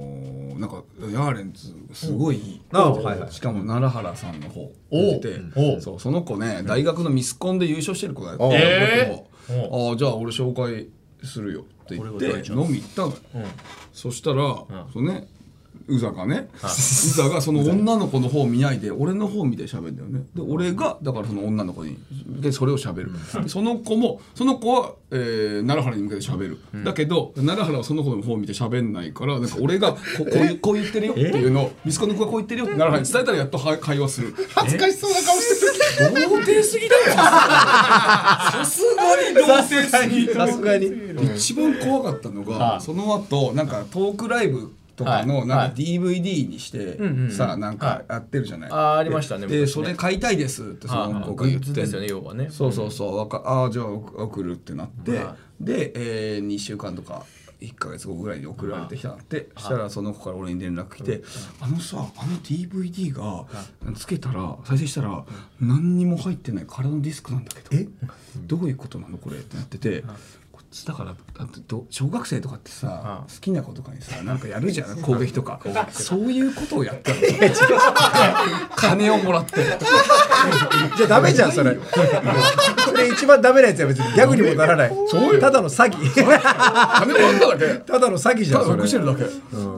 S3: ーなんかヤーレンズすごいいい、
S5: あはいはい
S3: しかも奈良原さんの方出ててそうその子ね大学のミスコンで優勝してる子だよ
S2: おう
S3: えああじゃあ俺紹介するよって言って飲み行ったのよ、そしたら、そのねうざがね、うざがその女の子の方見ないで俺の方見て喋るんだよねで俺がだからその女の子にでそれを喋る、でその子もその子は、えー奈良原に向けて喋る、だけど奈良原はその子の方を見て喋んないからなんか俺がここういうこう言ってるよっていうのをミスコンの子がこう言ってるよって奈良原に伝えたらやっとは会話する
S2: 恥ずかしそうな顔してる
S3: 童貞すぎだよさすがに童貞すぎ
S5: さすがに
S3: 一番怖かったのがその後なんかトークライブとか
S7: は
S3: の
S7: い
S3: なん
S7: は
S3: か DVD にしてさなんかやってるじゃない
S7: あーありましたね
S3: で
S7: 昔
S3: そ
S7: ね
S3: れ買いたいですってその子
S7: 僕
S3: が
S7: は
S3: 言
S7: 言
S3: っ
S7: っててですよね要はね
S3: そうそうそうわかああじゃあ送送るってなって、
S7: は
S3: で、えー、2週間とか1か月後ぐらいに送られてきたって、したらその子から俺に連絡来て「あのさあの DVD がつけたら再生したら何にも入ってない空のディスクなんだけどどういうことなのこれ」ってなってて。こっちだからだってど小学生とかってさ好きな子とかにさなんかやるじゃ ん攻撃とかそういうことをやったの金をもらって
S5: じゃあダメじゃんそれそれ一番ダメなやつや別にギャグにもならないただの詐欺
S3: 金もらっただけ
S5: ただの詐欺じゃんそ
S3: 隠
S5: れ
S3: してるだけ、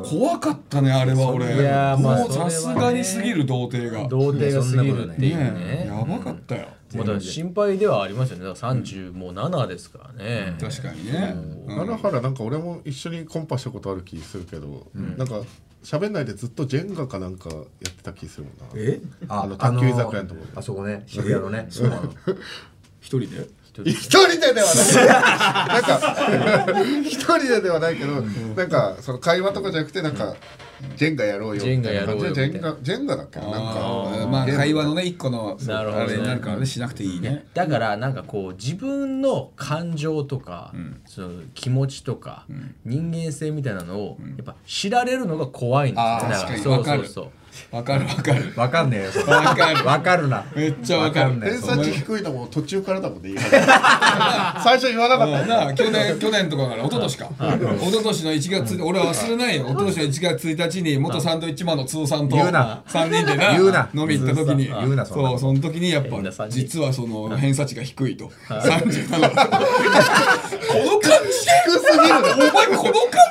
S3: 怖かったねあれは俺
S7: いやーまあ
S3: もう
S7: それは
S3: さ
S7: ね
S3: すがにすぎる童貞が
S7: 童貞が過ぎるっていうね
S3: ねやばかったよ、
S7: もうだから心配ではありますよねだから30もう7ですからね、
S3: 確かにね、うん
S2: 奈良原なんか俺も一緒にコンパしたことある気するけど、なんか喋んないでずっとジェンガかなんかやってた気するもんな
S3: え
S2: あの卓球居酒屋のところ
S5: あそこね渋谷のね
S3: 一人で
S2: 一人でではないなんか一人でではないけど、なんかその会話とかじゃなくてなんか、ジェンガやろうよ
S7: ジェンガやろうよ
S2: み
S7: み
S2: た
S7: た
S2: い
S7: い
S2: な
S7: な
S2: 感じでジェンガジェンガだっけななんか
S3: まあ会話のね一個の
S7: なるほどね
S3: あれになるからねしなくていいね
S7: だからなんかこう自分の感情とか、その気持ちとか、人間性みたいなのをやっぱ知られるのが怖いんですよ
S3: あー
S7: だ
S3: 確かに
S7: そう
S3: わか
S7: そ
S3: る
S7: うそう
S3: わかるわかる
S5: わかんねえよそれ
S3: わかる
S5: わかるな
S3: めっちゃわかる
S5: わかんない
S2: 偏差値低いのも途中からだもん ね言い方最初言わなかったよ
S3: なあ去年去年とかから一昨年か一昨年の1月俺は忘れないよ一昨年の1月1日に元サンドイッチマンの通さんと
S5: 言うな
S3: 3人でな
S5: 言うな
S3: 飲み行った時に
S5: 言うなそんな
S3: そうその時にやっ
S7: 変な
S3: ぱ
S7: 三人
S3: 実はその偏差値が低いと37 この感じで お前この感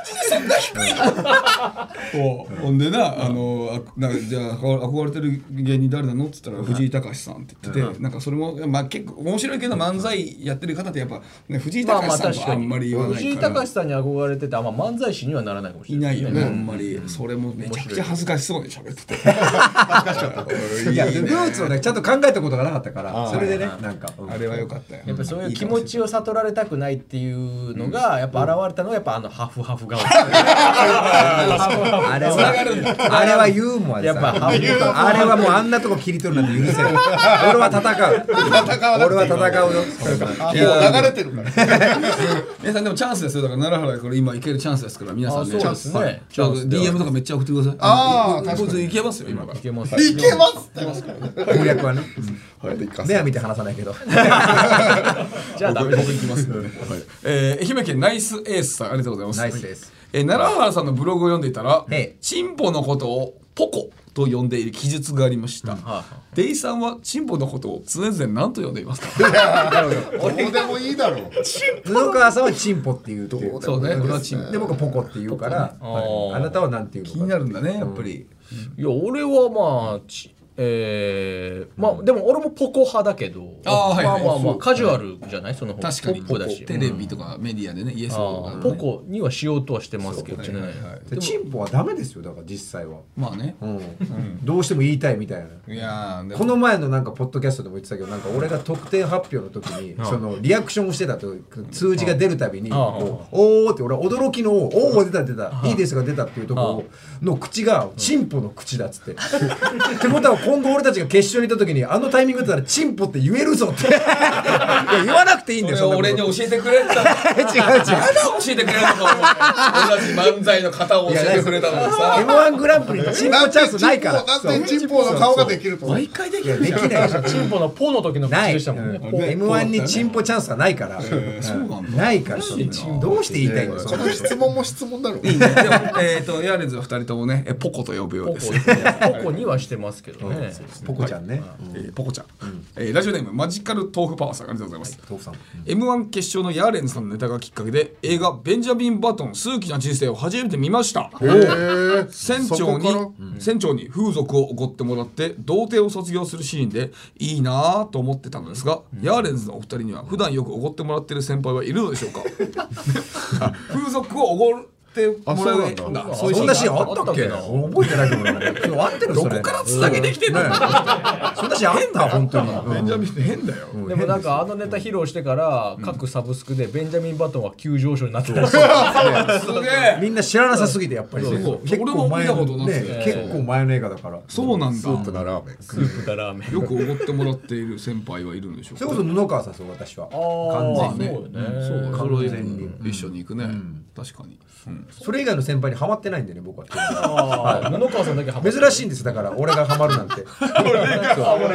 S3: じでそんな低いのそうほんでなあのあなんかいじゃあ憧れてる芸人誰なのっつったら藤井隆さんって言ってて、なんかそれも、まあ、結構面白いけど漫才やってる方ってやっぱ、ね、藤井
S7: まあ
S3: 隆
S7: まあ
S3: さん
S7: 確
S3: と
S7: か
S3: あ
S7: に
S3: んまり言わないから
S7: 藤井隆さんに憧れててあんま漫才師にはならないかもし
S3: い
S7: れな
S3: ないいよね、あんまり、それもめちゃくちゃ恥ずかしそうに喋って て
S5: いやルーツをねちゃんと考えたことがなかったからそれでねなんかうん
S3: あれは良かったよ
S7: やっぱそういう気持ちを悟られたくないっていうのがやっぱ現れたのがやっぱあのハフハフ 顔
S5: あれはあれはユーモアで
S7: やっぱ
S5: あれはもうあんなとこ切り取るなんて許せない俺は戦う俺は戦うよ
S2: いや流れてるから
S3: 皆さんでもチャンスですよだから奈良原から今行けるチャンスですから皆さんね
S7: あそうですね
S3: はい
S7: チャンスで
S3: DM とかめっちゃ送ってください
S2: あー
S3: こいつこいつ行けますよ今から
S7: い けます
S2: いけますってますからね
S5: 攻略はね
S2: か
S5: 目は見て話さないけど
S7: じゃあダメ
S3: 僕行きますよね、はいえー愛媛県ナイスエースさんありがとうございます
S5: ナイスエース
S3: えー奈良原さんのブログを読んでいたら
S5: ええ
S3: チンポのことをポコと呼んでいる記述がありました、デイさんはチンポのことを常々何と呼んでいますか
S2: どうでもいいだろう
S5: 布川さんはチンポっていうっていう
S3: そうね俺はチンポ
S5: で僕はポコって言うからはいあなたはなんていうの
S3: 気になるんだねやっぱり、
S7: いや俺はまあちえー、まあでも俺もポコ派だけど
S3: あーはいはい
S7: まあまあまあカジュアルじゃないその方
S3: 確かに
S7: ポップだし
S3: テレビとかメディアでね、イエス
S7: あ
S3: とか
S7: ーポコにはしようとはしてますけどね、
S5: でチンポはダメですよだから実際は
S3: まあね
S5: うんどうしても言いたいみたいない
S3: やーでも
S5: この前のなんかポッドキャストでも言ってたけどなんか俺が得点発表の時にそのリアクションをしてたと数字が出るたびにこうおーって俺は驚きの「おーおー出た出たいいですが出た」っていうところの口がチンポの口だっつって。ってことは今度俺たちが決勝に行った時にあのタイミングだったらチンポって言えるぞ っていや言わなくていいんだよ
S3: それを俺に教えてくれた の
S5: 違う違う。
S3: 教えてくれたのかお前同じ漫才の型を教えてくれたのにさ
S5: M1 グランプリにチンポチャンスないから。
S2: なんてチンポの顔ができると思う
S3: 一回でき
S5: いやできないでしょ。
S7: チンポのポの時の口
S5: ない。
S7: でしたもんね、
S5: M1 にチンポチャンスはないから。
S3: そうなんだ
S5: ないから。どうして言いたいんだよ。そ
S2: こ
S5: んな
S2: の質問も質問だろう
S3: いいねでもえっとヤーレンズは二人ともねえポコと呼ぶよう
S7: ポ
S3: で
S7: コ
S3: す
S7: ポコにはしてますけどね、
S5: ポコちゃんね。
S3: えーポコちゃんえーラジオネームマジカル豆腐パワーさんありがとうございます
S5: 豆腐さん。
S3: M1 決勝のヤーレンズさんのネタがきっかけで映画「ベンジャミン・バトン数奇な人生」を初めて見ました船長に
S2: そこ
S3: 船長に風俗をおごってもらって童貞を卒業するシーンでいいなぁと思ってたのですが、ヤーレンズのお二人には普段よくおごってもらってる先輩はいるのでしょうか 風俗をおごってもらえるんだそういう
S5: そんなシーンあ
S7: あ
S5: っ
S7: ったた
S5: っ
S7: っ
S5: け
S7: け
S5: 覚えてないけどな。今日合ってる
S3: ど
S5: そ
S3: こ
S5: れ。
S3: からつなげてきてんの、
S5: ねそんなシーンあった本当に。
S3: ベンジャミンって変だよ、
S7: でもなんかあのネタ披露してから各サブスクでベンジャミン・バトンは急上昇になってた らしい
S3: すげえ
S5: みんな知らなさすぎてやっぱりね
S3: そう
S5: 結
S3: 俺
S5: 構前
S3: も
S5: の
S3: 見たことなく
S5: ね
S3: て
S5: 結構前の映画だからそ
S3: そうなん
S2: スープ
S3: だ
S2: なラーメン
S7: スープだラーメン
S3: よくおごってもらっている先輩はいるんでしょう
S5: れこそ布川さんですよ私は
S7: あ
S5: 完
S7: ー
S5: 全
S7: そ
S5: に
S7: うだね
S3: そうだそれは
S5: 完全に
S3: 一緒に行くね、確かに、うん
S5: それ以外の先輩にハマってないんでね僕は
S7: あー布川さんだけハマ
S5: 珍しいんですだから俺がハマ るなんて
S7: 俺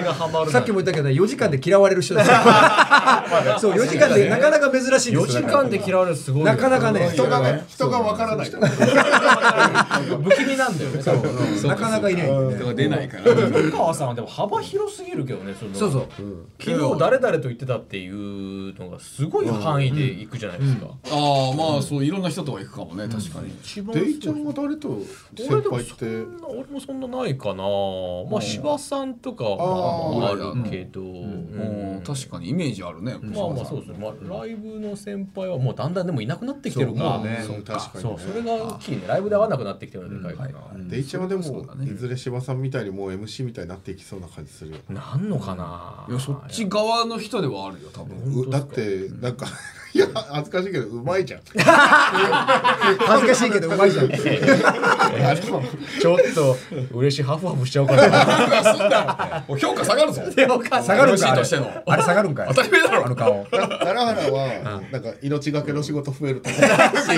S7: がハマる
S5: さっきも言ったけどね4時間で嫌われる人です そう4時間でなかなか珍しいんで
S7: 4
S5: す
S7: 時
S5: だから
S7: 間で嫌われるすごいよ
S5: なかなかね
S2: 人がね人がわからないから
S7: 不気味なんだよねそう
S5: なかなかいないんでね
S3: 人が出ないから
S7: 布川さんはでも幅広すぎるけどねその
S5: そうそう
S7: 昨日誰々と言ってたっていうのがすごい範囲でいくじゃないですか、
S3: ああまあそういろんな人とは行くかもね確かに、
S7: 一番
S2: デイちゃんは誰と先
S7: 俺でも
S2: 輩っ
S7: そ
S2: て
S7: んな俺もそんなないかなまあ芝さんとかまあ
S2: あ
S3: ー
S7: あるけど、うん
S3: うん確かにイメージあるね、
S7: まあまあそうですね、まあ、ライブの先輩はもうだんだんでもいなくなってきてるから
S2: そう確かに
S7: そうそれが大きいねライブで会わなくなってきてるのでかいかな、
S2: デイちゃんはで
S3: そう
S2: も
S3: だね
S2: いずれ柴さんみたいにもう MC みたいになっていきそうな感じするよ
S7: なんのかない
S3: やそっち側の人ではあるよ多分
S2: うだってなんかいや恥ずかしいけどうまいじゃん
S5: 恥ずかしいけどう まいじゃん
S7: ちょっと嬉しいハフハフしちゃおうかな
S3: もう評価下がる ぞ
S5: 下がるんか
S3: MC
S5: あれ
S3: としての
S5: あれ下がるんかい
S3: 当たり前だろ
S5: あの顔
S2: 奈良原はなんか命がけの仕事増えると思う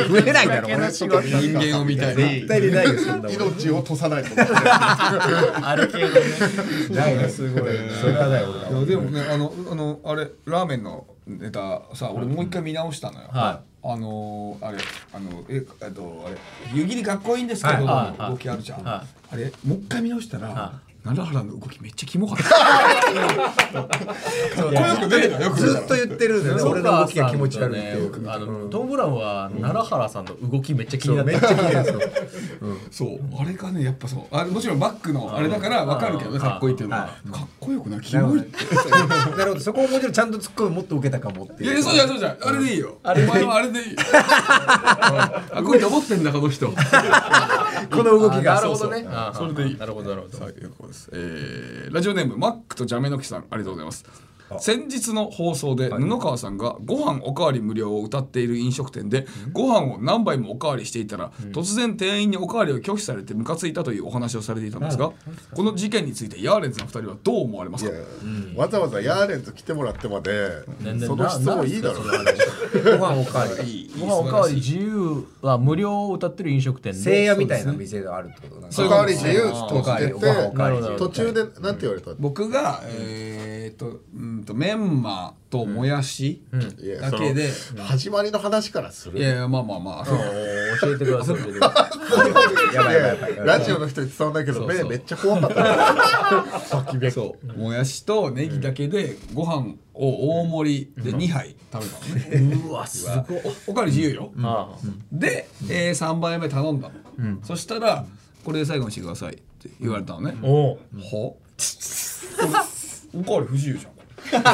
S5: 増えないだろ俺
S2: 人間
S3: を見たいな
S5: 絶対にないよそんなもん
S2: 命を落とさないと思って
S5: ないねすごいそれはない俺
S3: いやでもねあのあのあれラーメンのネタさ俺もう一回見直したのよ、
S7: は
S3: あのーあれあのええっとあれ湯切りかっこいいんですけど、
S5: はい
S7: はいはい
S3: 動きあるじゃん、
S7: は
S3: あれもう一回見直したら、奈良原の動きめっちゃキモかったかっこよく出てたよく
S5: ずっと言ってるんだよね俺の動きが気持ち悪いって
S7: 布川さんのねあのトム・ブラウンは奈良原さんの動きめっちゃ気にな
S5: そうめっ
S7: って
S5: ちゃ気になるんです
S3: そう
S5: よ
S3: あれがねやっぱそうあれもちろんバックのあれだからわかるけどね
S7: あー
S3: かっこいいっていうのは
S5: は
S3: かっこよくないキモいって
S5: なるほどそこをもうちろんちゃんと突っ込むもっと受けたかもって
S3: いや
S5: い
S3: いうやそうじゃんそうじゃんあれでいいよお前はあれでいい よあこういうの思ってんだこの人
S5: この動きが
S7: なるほどねあー
S3: それでいい
S7: なるほどなるほど
S3: はい、よくです。えーラジオネームマックとジャメの木さん、ありがとうございます。先日の放送で布川さんが「ご飯おかわり無料」を歌っている飲食店でご飯を何杯もおかわりしていたら突然店員におかわりを拒否されてムカついたというお話をされていたんですがこの事件についてヤーレンズの2人はどう思われますか
S2: わざわざヤーレンズ来てもらってまで
S7: 全然
S2: その質問いいだろ
S7: ななんですかその話ご飯おかわ
S3: いい
S7: りご飯おかわり自由は無料を歌ってる飲食店で
S5: 聖夜みたいな店があるってことなんか
S3: そう
S2: お
S3: いう
S2: か
S3: こ
S2: わ
S3: と
S2: り
S3: です
S2: 自由として
S3: ね
S5: おかわりおかわり自
S2: て
S5: 由
S2: 途中でなんて言われた
S3: 僕が、えーっとうんとメンマともやし
S2: いや
S3: だけで、
S2: その始まりの話からす
S3: い
S2: る
S3: やいやまあまあまあ、
S7: 教えてください教えてください
S5: やばいやばいやばい
S2: ラジオの人に伝わんないけど
S3: そう
S2: 目
S3: そう
S2: めっちゃ怖かった
S3: そうもやしとネギだけでご飯を大盛りで2杯食べたのね
S7: うわすごい
S3: おおかわり自由よ
S7: あー
S3: で、えー、3杯目頼んだの、そしたら「これで最後にしてください」って言われたのね、は
S7: おう
S3: これおかわり不自由じゃんおか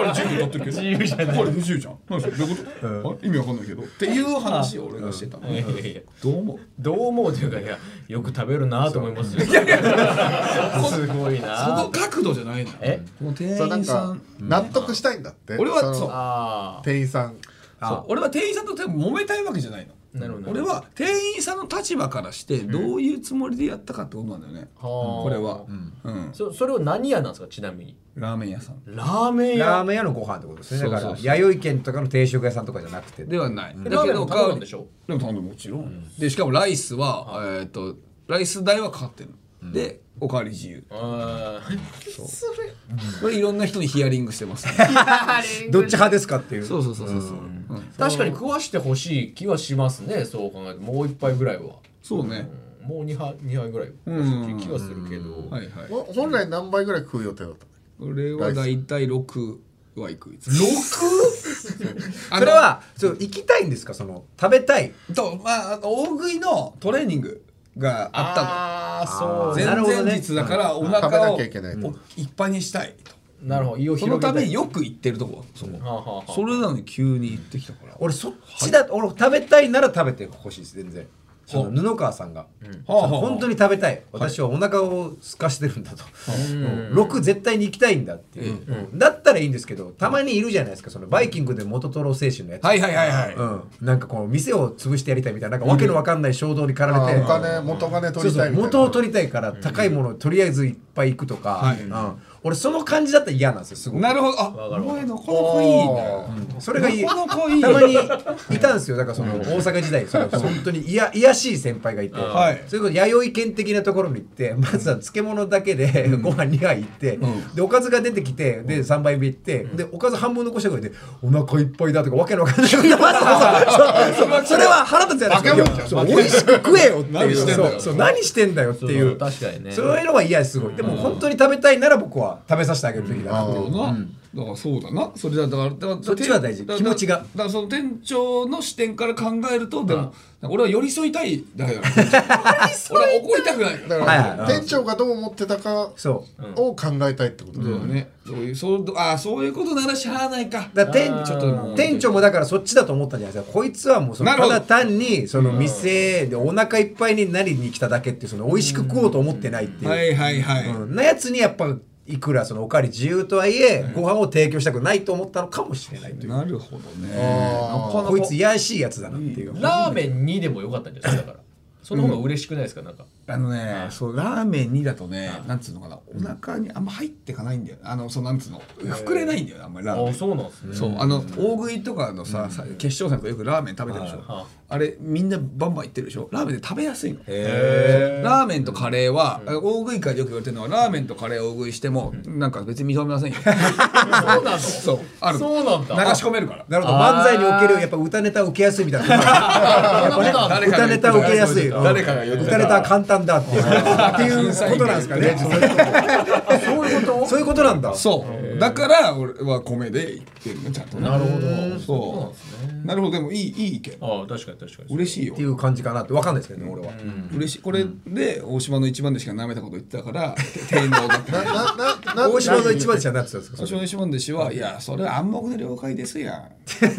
S3: わり自由だってるけど自由じゃないおかわり不自由じゃん何それどういうこと、あ意味わかんないけどっていう話を俺がしてたの、
S7: いやいやいや
S3: どう思う
S7: どう思うというかいやよく食べるなと思いますよ すごい
S3: その
S7: な
S3: 角度じゃないのよ
S7: え
S3: この店
S2: そうな
S3: 員
S2: ん
S3: さん
S2: か納得したいんだって
S3: 俺は
S2: の
S3: そう
S7: あ
S2: 店員さん
S3: そう俺は店員さんと多分揉めたいわけじゃないの
S7: なるほど
S3: 俺は店員さんの立場からしてどういうつもりでやったかってことなんだよね、
S7: あこ
S3: これは、うん
S7: うんそそれを何屋なんですかちなみに
S3: ラーメン屋さん
S7: ラーメン
S5: ラー
S7: 屋
S5: メン屋のご飯ってことですね
S3: そう
S5: だ
S3: そう
S5: か
S3: そう
S5: ら弥生県とかの定食屋さんとかじゃなくて
S3: ではない、だ
S7: ラー
S3: け
S7: メン
S3: ど
S7: も
S3: おか
S7: 頼
S3: わ
S7: ん
S3: り
S7: でしょ
S3: でも頼んでもちろん、でしかもライスは、えっ、とライス代はかかってるの、でおかわり自由
S7: あー
S3: これいろんな人にヒアリングしてます、ね、
S5: どっち派ですかっていう
S3: そうそうそうそうそう、うん
S7: 確かに食わしてほしい気はしますねそう考えてもう一杯ぐらいは
S3: そうね、
S7: もう2杯二杯ぐらい気はするけど
S3: はいはい
S2: ほ本来何倍ぐらい食う予定だったの
S3: 俺はだいたい6はいくいつもあの
S5: それはそう行きたいんですかその食べたい
S3: とまあ大食いのトレーニングがあっ
S7: ああ
S3: た
S7: そ
S3: の
S7: う
S5: なるほ
S3: 前
S5: ど
S3: 々
S5: ね
S3: 日だからお
S2: 食べ
S3: 腹
S2: な
S3: を
S2: きゃいけないと
S3: おいっぱいにしたいと
S7: なるほど胃を
S3: その
S7: 広
S3: た
S7: げ
S3: め
S7: い
S3: によく行ってるとこそこ
S7: はあはあはあ
S3: それなのに急に行ってきたから
S5: 俺そっちだ俺食べたいなら食べてほしいです全然その布川さんが、
S3: はあはあ
S5: 本当に食べたい私はお腹を空かしてるんだと、6絶対に行きたいんだっていう、だったらいいんですけどたまにいるじゃないですかそのバイキングで元トロ精神のやつ、
S3: はいはいはいはい、
S5: うん、なんかこう店を潰してやりたいみたいななんか訳のわかんない衝動に駆ら
S2: あ
S5: れて、
S2: お金元金
S5: そ
S2: 取
S5: う
S2: り
S5: そ
S2: た
S5: う
S2: いみたいな
S5: 元を取りたいから高いものをとりあえずいっぱい行くとか、うん、俺その感じだったら嫌なんですよすごく
S3: なるほどあお前なかなかいいね
S5: それがいい
S3: なかなかいい
S5: たまにいたんですよだからその大阪時代それ本当にいやいやしい先輩がいて、
S3: はい
S5: それこそ弥生県的なところに行ってまずは漬物だけでご飯2杯行って、でおかずが出てきてで3杯目行ってでおかず半分残したぐらいでお腹いっぱいだとかわけのわかんないことわざわざそうそうそれは腹立つやつ
S2: バカもんじゃん
S5: そう美味しく食えよって
S3: 何
S5: い
S3: し
S5: う
S3: てんだよ
S5: そうそう何してんだよってい
S7: そうう確かにね
S5: そういうのが嫌ですすごいでも本当に食べたいなら僕は食べさせてあげるべきだなっていう
S3: なだからそうだなそれだだからだから
S5: そっちが大事
S3: だから
S5: 気持ちが
S3: だからその店長の視点から考えるとでも俺は寄り添いたいだけだから俺は怒りたくない
S2: だか
S5: はい
S2: ら
S5: はい
S2: 店長がどう思ってたか
S5: そう
S2: を考えたいってことだ
S3: そう
S2: よ
S3: だ
S2: ね
S3: ね、そういうそうあーそういうことならしゃあないか
S5: だから
S3: ち
S5: 店
S3: ょっともう
S5: 店長もだからそっちだと思ったんじゃないですかこいつはもうその
S3: なる
S5: た
S3: ほど
S5: だ単にその店でお腹いっぱいになりに来ただけっていうその美味しく食おうと思ってないって、
S3: はいいうはいはい、
S5: うん、なやつにやっぱいくらそのおかわり自由とはいえご飯を提供したくないと思ったのかもしれないという
S3: なるほどね
S2: あ
S5: こいついやらしいやつだなっていう
S7: ラーメン2でもよかったんじゃないですかだからその方が嬉しくないですかなんか
S3: あのねそうラーメンにだとねなんつうのかなお腹にあんま入ってかないんだよあのそうなんつうの膨れないんだよねあんまりラーメ
S7: あ
S3: ン
S7: そうなんですね
S3: そうあの大食いとかのささ決勝戦とかよくラーメン食べてるでしょあれみんなバンバンいってるでしょラーメンで食べやすいのラーメンとカレーは大食い界でよく言われてるのはラーメンとカレーを大食いしてもなんか別に認めませんよそうなのそうあるの
S7: そうなんだ
S3: 流し込めるから
S5: なるほど漫才におけるやっぱ歌ネタ受けやすいみたいなやっぱね
S3: 誰かが言
S5: 歌ネ
S3: ってた
S5: タ受けやすい
S4: って誰かが言っ
S5: 打
S4: て
S5: たれたら簡単だっていうっ ていうことなんですかね。そういうことそういうことなんだ。
S3: そうだから俺は米で言ってるのちゃんとねなるほどそうなるほどでもいいいい意見
S7: ああ確かに確かに
S3: 嬉しいよ
S5: っていう感じかなってわかんないですけどね俺は。
S3: 嬉しいこれで大島の一番でしか舐めたこと言ってたから天皇だった
S2: ななな
S5: 大島の一番じゃなってたんですか
S3: 大。島の一番弟子は「いやそれは暗黙の了解ですやん」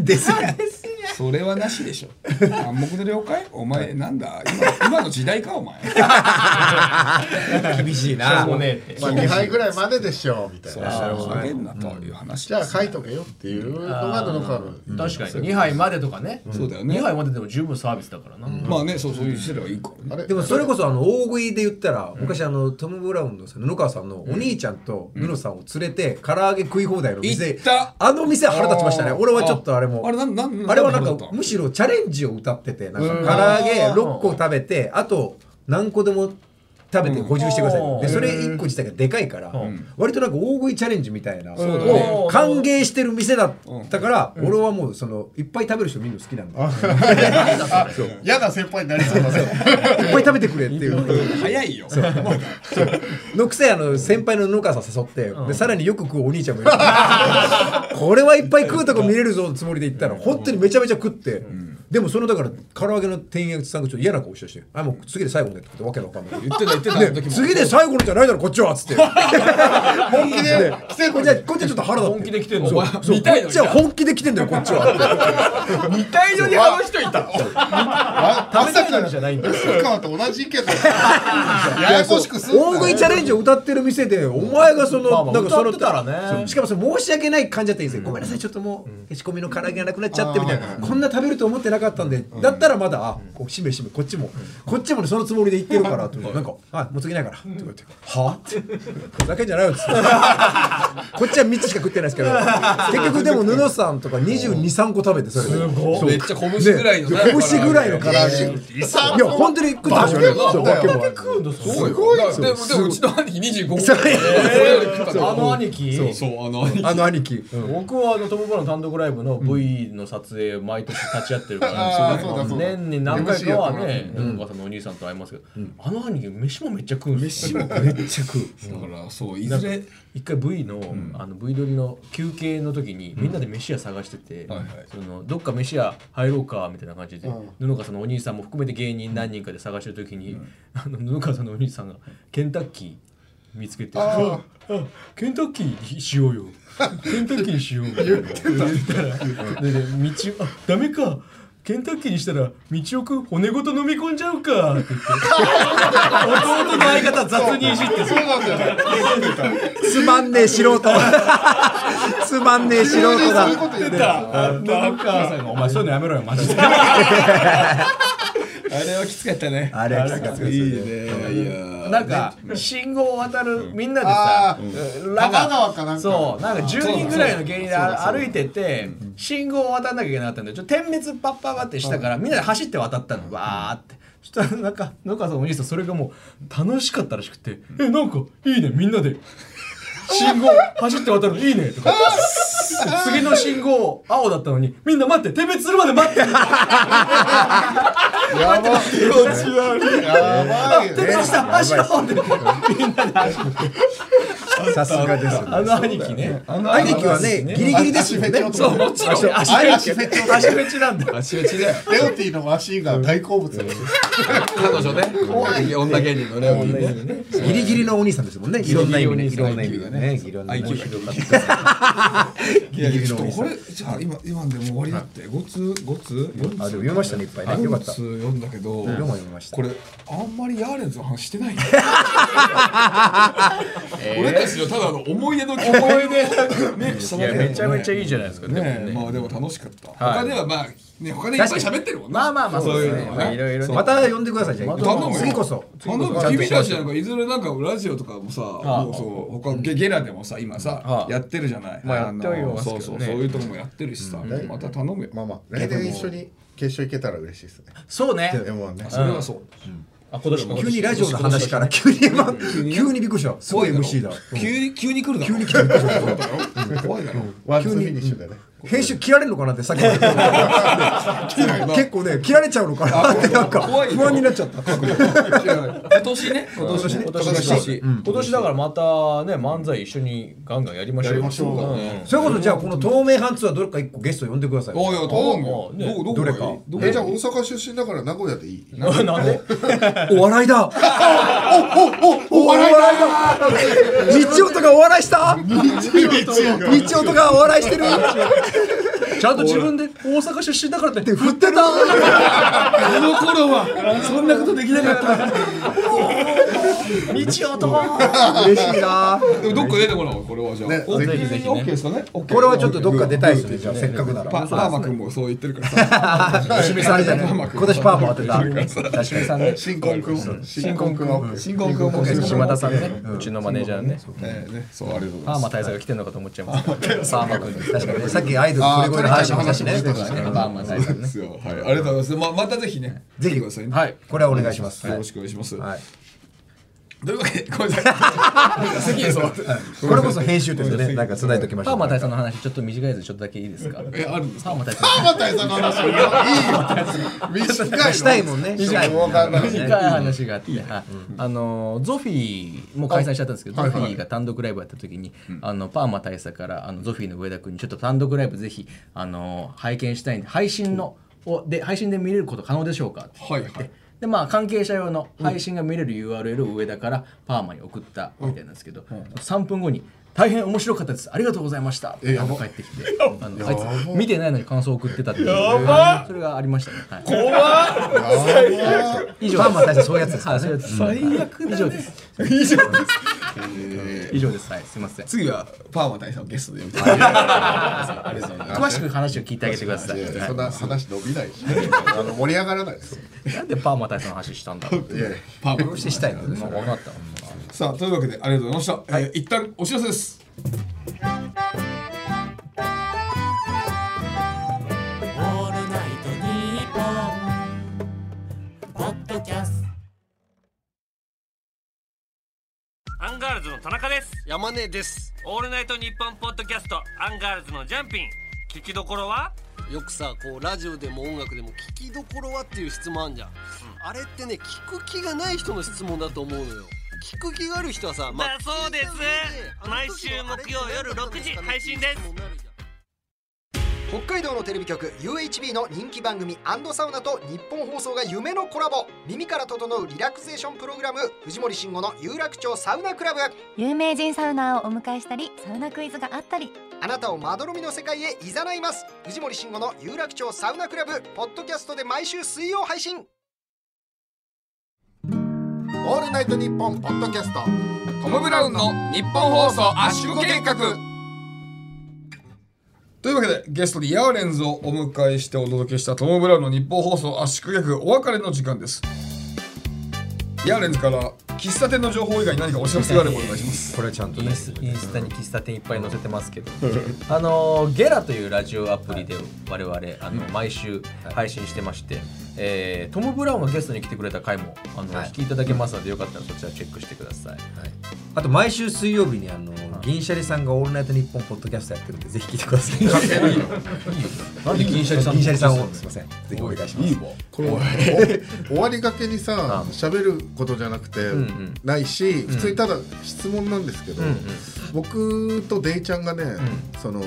S5: です
S3: それはなしでしょ暗黙の了解お前なんだ今今の時代かお前
S5: 厳しいな。
S7: もうねえって
S2: まあ2杯ぐらいまででしょうみたいな
S3: ふざけんなという話
S2: じゃあ書いとけよっていうのが野々川の
S7: 確かに2杯までとかね
S3: そうだよ
S7: 2
S3: ね
S7: 杯まででも十分サービスだからな
S3: まあねそうそういうすればいいから
S2: あ
S3: ね
S2: れ
S5: でもそれこそあの大食いで言ったら昔あのトム・ブラウンのさ布川さんのお兄ちゃんと布さんを連れて唐揚げ食い放題の店
S3: 行った
S5: あの店腹立ちましたね
S3: あー
S5: 俺はちょっとあれも
S3: あれなんなん
S5: あれはな
S3: なん
S5: ん
S3: だっ
S5: か
S3: た
S5: むしろチャレンジを歌っててなんか唐揚げ6個食べてあと何個でも食べて補充してください、
S7: うん
S5: でそれ1個自体がでかいから、割となんか大食いチャレンジみたいな、
S3: だね
S5: を歓迎してる店だったから、俺はもうそのいっぱい食べる人見るの好きなんだ、
S2: 嫌な先輩になりそうだね
S5: いっぱい食べてくれっていう。
S3: 早いよ
S5: のくせあの先輩の野川さん誘って、でさらによく食うお兄ちゃんもいるこれはいっぱい食うとこ見れるぞのつもりで行ったら本当にめちゃめちゃ食って、でもそのだから唐揚げの店員さんがちょっと嫌な顔してして「あもう次で最後ね」って言ってわけのわかんな
S3: 言
S5: い
S3: ってた言ってたあの時も
S5: 次で最後のじゃないだろこっちはっつって本気で来てこっちはこっちはちょっと腹立って
S7: 本気で来てんの
S5: そうそう
S3: 見たいのに
S5: こっちは本気で来てんだよこっちは
S7: 2杯所にあの人いた
S2: まさか
S7: じゃないんだ
S2: 野々川と同じ意見だよややこしくすんな
S5: 大食いチャレンジを歌ってる店でお前がその、
S7: まあまあ
S5: なんかその
S7: 歌ってたらね
S5: そうしかもそれ申し訳ない感じだったらいいですよ、ごめんなさいちょっともう仕込みの唐揚げがなくなっちゃってみたいな、こんな食べると思ってなかったんで、だったらまだあこうしめしめこっちも、こっちもねそのつもりで言ってるからと思ってなんか「あもう次ないから」って言われて「はあ?」ってふざけんじゃないよっつ ってこっちは3つしか食ってない ですけど結局でも布さんとか223個食べてそれです
S3: そうめっちゃ拳ぐらいのな
S5: 拳ぐらいの唐揚げいや本当に食ってましたよねそう化け物
S3: すごいよでもでもうちの兄貴25個それより食った
S7: あ
S3: の
S7: の兄貴
S3: そうあの兄貴
S5: あの兄貴、
S7: 僕はあのトム・ブラウンの単独ライブの V の撮影毎年立ち会ってるから、
S2: あー
S7: そう
S2: そうだそうだ
S7: 年に何回かはね野々川さんのお兄さんと会いますけど、あの兄貴飯もめっちゃ食うんですよ
S5: めっちゃ食う
S3: だからそうい
S7: なん
S3: ず
S7: か
S3: れ
S7: 一回 V の,、あの V 撮りの休憩の時にみんなで飯屋探してて、
S3: はいはい
S7: そのどっか飯屋入ろうかみたいな感じで、布川さんのお兄さんも含めて芸人何人かで探してる時に、あの布川さんのお兄さんがケンタッキー見つけて「ああケンタッキーにしようよケンタッキーにしようよ」言ったらでで道あダメかケンタッキーにしたら道奥骨ごと飲み込んじゃうかって言 って弟の相方雑にいじって
S2: そうなんだよ
S5: つまんねえ素人つまんねえ素
S2: 急に
S5: 人
S2: そういう
S5: だ
S2: こと言って
S7: なんか、お前そういうのやめろよ、マジで。
S3: あれはきつかったね
S5: あれはきつかったですね
S3: いいねいや
S7: なんか、信号を渡る、みんなで
S2: あ
S7: さ、
S2: ー
S7: ラ
S2: 多摩川かなんか
S7: そう、なんか10人ぐらいの芸人で歩いてて、信号を渡らなきゃいけなかったんで、ちょっと点滅パッパパってしたから、みんなで走って渡ったの、わーって。そしたら、なんか、野川さんのお兄さん、それがもう、楽しかったらしくて、え、なんか、いいね、みんなで。信号走って渡るのいいね とか次の信号青だったのにみんな待って点滅するまで待って
S2: やばいよ
S7: 出てました走ろうって
S5: さすがです
S7: あの兄貴ね
S5: 兄貴はねギリギリですよねそうもちろん
S7: 足フェチ足フェチなんだ
S3: 足打ちだよ
S2: レオティのマシンが大好物だよ
S3: 彼女ね女芸人のレオティね
S5: ギリギリのお兄さんですもんねいろんな意味でいろんな意味でねいろんな意
S3: IQ
S5: 味
S3: が
S5: で
S3: 広
S5: ギリギリ
S3: ちょ
S5: の
S3: っ
S5: お
S3: とこ
S5: 兄さん
S3: れじゃあ今今でも終わりだって5通5通4通
S5: あでも読みましたねいっぱいねよか
S3: 4
S5: った
S3: 通読んだけど
S5: 読も読みました
S3: これあんまりヤーレンズの話して ないね俺たちのただの思い出の思い出ねい
S7: いやめちゃめちゃいいじゃないですかね
S3: ねまあでも楽しかった他ではまあね他でいっぱい喋ってるもん
S7: ま
S3: な
S7: あまあまあ
S3: そ
S7: そうう
S3: い
S7: いうう
S3: の
S7: の
S3: は
S7: ね
S3: ね
S7: いろいろ
S5: また呼んでくださいじゃ
S3: 頼む
S5: あ
S3: よ
S5: 次こそ
S3: あの君たちなんかいずれなんかラジオとかもさもうそう他ゲゲラでもさ今さ
S7: ああ
S3: やってるじゃない
S7: まあやってはい
S3: の
S7: ますけ
S3: そ
S7: ど
S3: う
S7: ね
S3: そうそういうとこもやってるしさまた頼むよ
S2: まあまあ来年一緒に決勝行けたら嬉しいですね
S7: そうね
S2: M1 ね
S3: それはそう
S7: あ今年も
S5: 急にラジオの話から急に今急にびっくりしたすごい MC だ
S3: 急に急に来るだろ急に来るだろ怖いだろ
S2: ワンツーフィニッシュでね
S5: 編集切られるのかなってさっき言 ったけど結構ね切られちゃうのかなってなんか
S3: 怖いよ
S5: 不安になっちゃった
S3: 今年ね今年
S7: 今年だし今年だからまたね漫才一緒にガンガンやりましょうやりましょう
S5: それこそじゃあこの透明ハンツはどれか一個ゲスト呼んでください
S3: おいおい頼むよ
S7: ね
S3: どこどこ
S5: ど
S3: が
S5: れ
S3: いい
S5: か
S3: どこ
S2: えじゃあ大阪出身だから名古屋でいい
S7: なんで
S5: お笑いだ
S2: おおお笑いだ
S5: 日音がお笑いした日音がお笑いしてる
S7: ちゃんと自分で大阪出身だからって
S5: 振ってた
S3: あの頃はそんなことできなかった
S7: 道男
S5: 嬉しいな
S3: でもどっか出てこないこれはじゃあ
S2: ね
S3: オッケ
S2: ぜ
S3: ーですかねオッケー
S5: これはちょっとどっか出たいですねじゃあせっかくなら
S3: パパーマ君もそう言ってるからさ
S5: 吉見さんじゃね今年パーマ当てた吉見さんね
S2: 新婚君新婚君は
S3: 新婚君も
S7: 島田さんねうちのマネージャーね
S3: ねねそうありがとうござい
S7: パー
S3: ま
S7: マ大佐が来てんのかと思っちゃいますパーマ君
S5: 確かにねさっきアイドルこれこれの話もしたしね
S7: パーマ大佐
S3: すですよはいありがとうございますままたぜひね
S5: ぜ
S3: 来て
S5: ひ
S3: くださいね
S7: はい
S5: これはお願いします
S3: よろしくお願いします
S5: はい
S3: というわけでごめん なさい席へ座って
S5: これこそ編集点でねなんか繋いでおきまし
S7: パー
S5: ょ
S7: マ
S5: う
S7: 大佐の話ちょっと短いやつちょっとだけいいですか
S3: えあるんです
S7: パーマ大佐
S2: 浜田さんの話いいよ短いの
S5: したいもんね
S2: 短いもんわかんない
S7: 短い話があって、はいあのゾフィーも開催しちゃったんですけど、ゾフィーが単独ライブやった時に、あのパーマ大佐からあのゾフィーの上田君にちょっと単独ライブぜひあの拝見したいんで配信の、をで配信で見れること可能でしょうかって言って、
S3: はいはい
S7: でまあ関係者用の配信が見れる URL を上田からパーマに送ったみたいなんですけど、3分後に「大変面白かったですありがとうございました」って帰ってきてあのあいつ見てないのに感想を送ってたっていうそれがありましたね、はい
S5: 以上パーマ大佐そういうやつです
S7: はい、そうです最悪以上です。以上です。以上です。はい、すみません。
S3: 次はパーマ大佐をゲストで呼びたいありがとうございます
S7: 詳しく話を聞いてあげてください。
S2: そんな話伸びないしあの盛り上がらないですよ
S7: なんでパーマ大佐の話したんだろうって。
S2: いやいや
S3: パーマ
S5: してしたいので
S7: まあ、分かった。
S3: さあというわけでありがとうございました、えー一旦お知らせです
S6: アンガールズの田中です
S9: 山根です
S6: オールナイトニッポンポッドキャストアンガールズのジャンピン聞きどころは
S9: よくさこうラジオでも音楽でも聞きどころはっていう質問あんじゃん、あれってね聞く気がない人の質問だと思うのよ聞く気がある人はさ、
S6: だそうです毎週木曜夜6時配信です
S10: 北海道のテレビ局 UHB の人気番組サウナと日本放送が夢のコラボ耳から整うリラクゼーションプログラム藤森慎吾の有楽町サウナクラブ
S11: 有名人サウナーをお迎えしたりサウナクイズがあったり
S10: あなたをまどろみの世界へいざないます藤森慎吾の有楽町サウナクラブポッドキャストで毎週水曜配信
S2: オールナイトニッポンポッドキャスト
S3: トム・ブラウンの日本放送圧縮計画というわけでゲストにヤーレンズをお迎えしてお届けしたトム・ブラウンの日本放送圧縮計画お別れの時間ですヤーレンズから喫茶店の情報以外に何かお知らせがあればお願いします
S5: これちゃんと
S7: インスインスタに喫茶店いっぱい載せてますけど、あのゲラというラジオアプリで我々あの毎週配信してまして、えートムブラウンがゲストに来てくれた回もあの、
S5: はい
S7: お聞きいただけますのでよかったらそちらチェックしてください。
S5: あと毎週水曜日にあの銀シャリさんが「オールナイトニッポン」ポッドキャストやってるんでぜひ聞いてくだ さい。
S7: なんで銀シャリさん
S5: 銀シャリさんをすみませんぜひお願いします。
S2: これ終わりがけにさ喋ることじゃなくてないし普通にただ質問なんですけど僕とデイちゃんがねその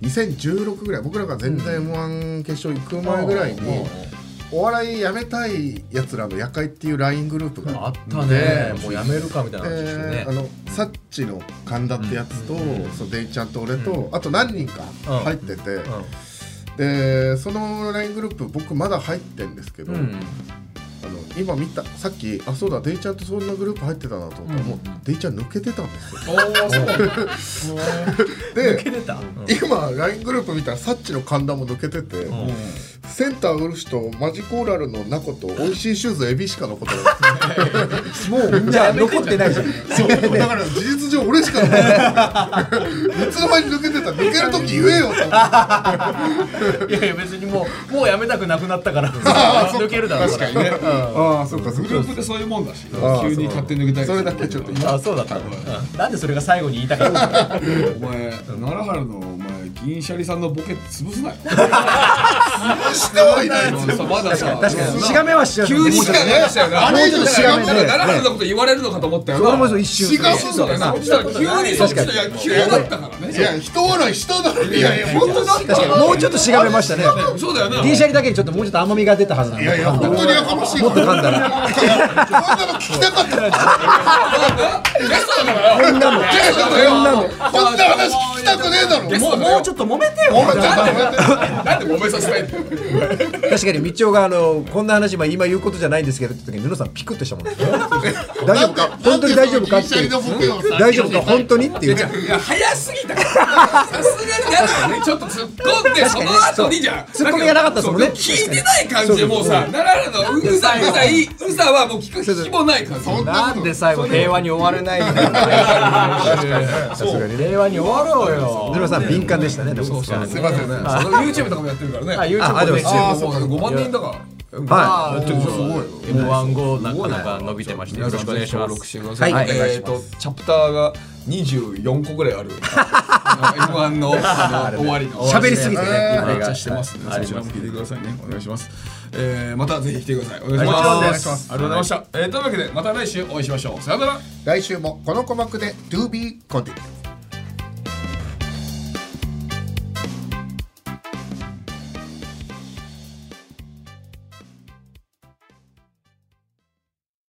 S2: 2016ぐらい僕らが全体 m 1決勝行く前ぐらいにお笑いやめたいやつらの夜会っていう LINE グループが
S7: あ
S2: あ
S7: っ
S2: って
S7: たねもうやめるかみたいな話して
S2: え
S7: ね
S2: ーあ。のサッチの神田ってやつと、そうデイちゃんと俺と、あと何人か入ってて、でその LINE グループ僕まだ入ってんですけど、
S7: うん
S2: あの今見たさっきあそうだデイちゃんとそんなグループ入ってたなと思ったら、もうデイちゃん抜けてたんですよ。で
S7: 出た
S2: 今 LINE グループ見たらサッチの神田も抜けてて、センターウルシとマジコーラルのナコと美味しいシューズエビしか残ってない
S5: もうみんな残ってないじゃん。
S2: そうだから事実上俺しかない いつの間に抜けてた抜ける時言えよと思って
S7: いやいや別にもうもうやめたくなくなった から抜けるだろう確かにね
S2: ああそうかそう
S3: グループってそういうもんだし
S2: あー
S3: 急に勝手に抜けたり
S2: それだけちょっと
S7: あそうだった、うんなんでそれが最後に言いたかったの
S3: お前奈良原のお前銀シャリさんのボケ潰すなよ
S2: してはいないですよ
S3: そうまださ
S5: 確かにしがめはしがめ
S3: 急にしかないですよね
S2: あれ以上しが
S3: な
S2: め
S3: ん
S2: ね
S3: か奈良のこと言われるのかと思ったよ
S5: 俺も
S3: な
S5: そう一瞬
S2: 違う
S3: そうだよなそしたら急にそっちの野球だったからね
S2: いや人笑いしただろいやいや本当だ
S5: 確かにもうちょっとしがめましたね
S3: そうだよな
S5: D シャリだけにちょっともうちょっと甘みが出たはずなん
S2: い
S5: だ
S2: やいや本当にやかましい
S5: もっと噛んだら
S2: そんなの聞きたかった
S3: ゲストだから
S5: こんなのこんなの
S2: こんな話聞きたくねえだろもう
S5: もうちょっと揉めてよ
S2: 俺ちゃんとやめて
S3: なんで揉めさせたいんだよ
S5: 確かに道夫があのこんな話まあ今言うことじゃないんですけどって時に布さんピクってしたもんね大丈夫か本当に大丈夫かっていう大丈夫か本当にっていう
S3: いや早すぎたからさすがにだからねちょっと突っ込んでその後にじゃん
S5: そう突っ込みがなかったですもんね
S3: そう聞いてない感じでもうさ奈良のうざうざいうざはもう聞く聞きもない感じ
S5: なんで最後平和に終われないんだよさすがに平和に終わろうよ布さん敏感でしたねでも
S3: すいませんねその YouTube とかもやってるからね
S7: あ YouTube
S5: あでも
S7: もね
S5: あ
S3: そうか5万人だから
S5: は
S7: ちょっとすごい。もうワンゴーなかなか伸びてまして、よろしくお願いしま
S3: 登録し
S7: す。
S3: てください。
S5: はい
S3: えっ、とチャプターが24個ぐらいある。M1 のあの終わりの
S5: い喋りすぎてね今
S3: め
S5: ね
S3: っちゃしてますね。そちらも聞いてくださいね。お願いします。えー、またぜひ来てください。お願いします。
S5: はいもちろんで
S3: ありがとうございました。えー、というわけでまた来週お会いしましょう。さよなら。
S2: 来週もこの鼓膜で To be continued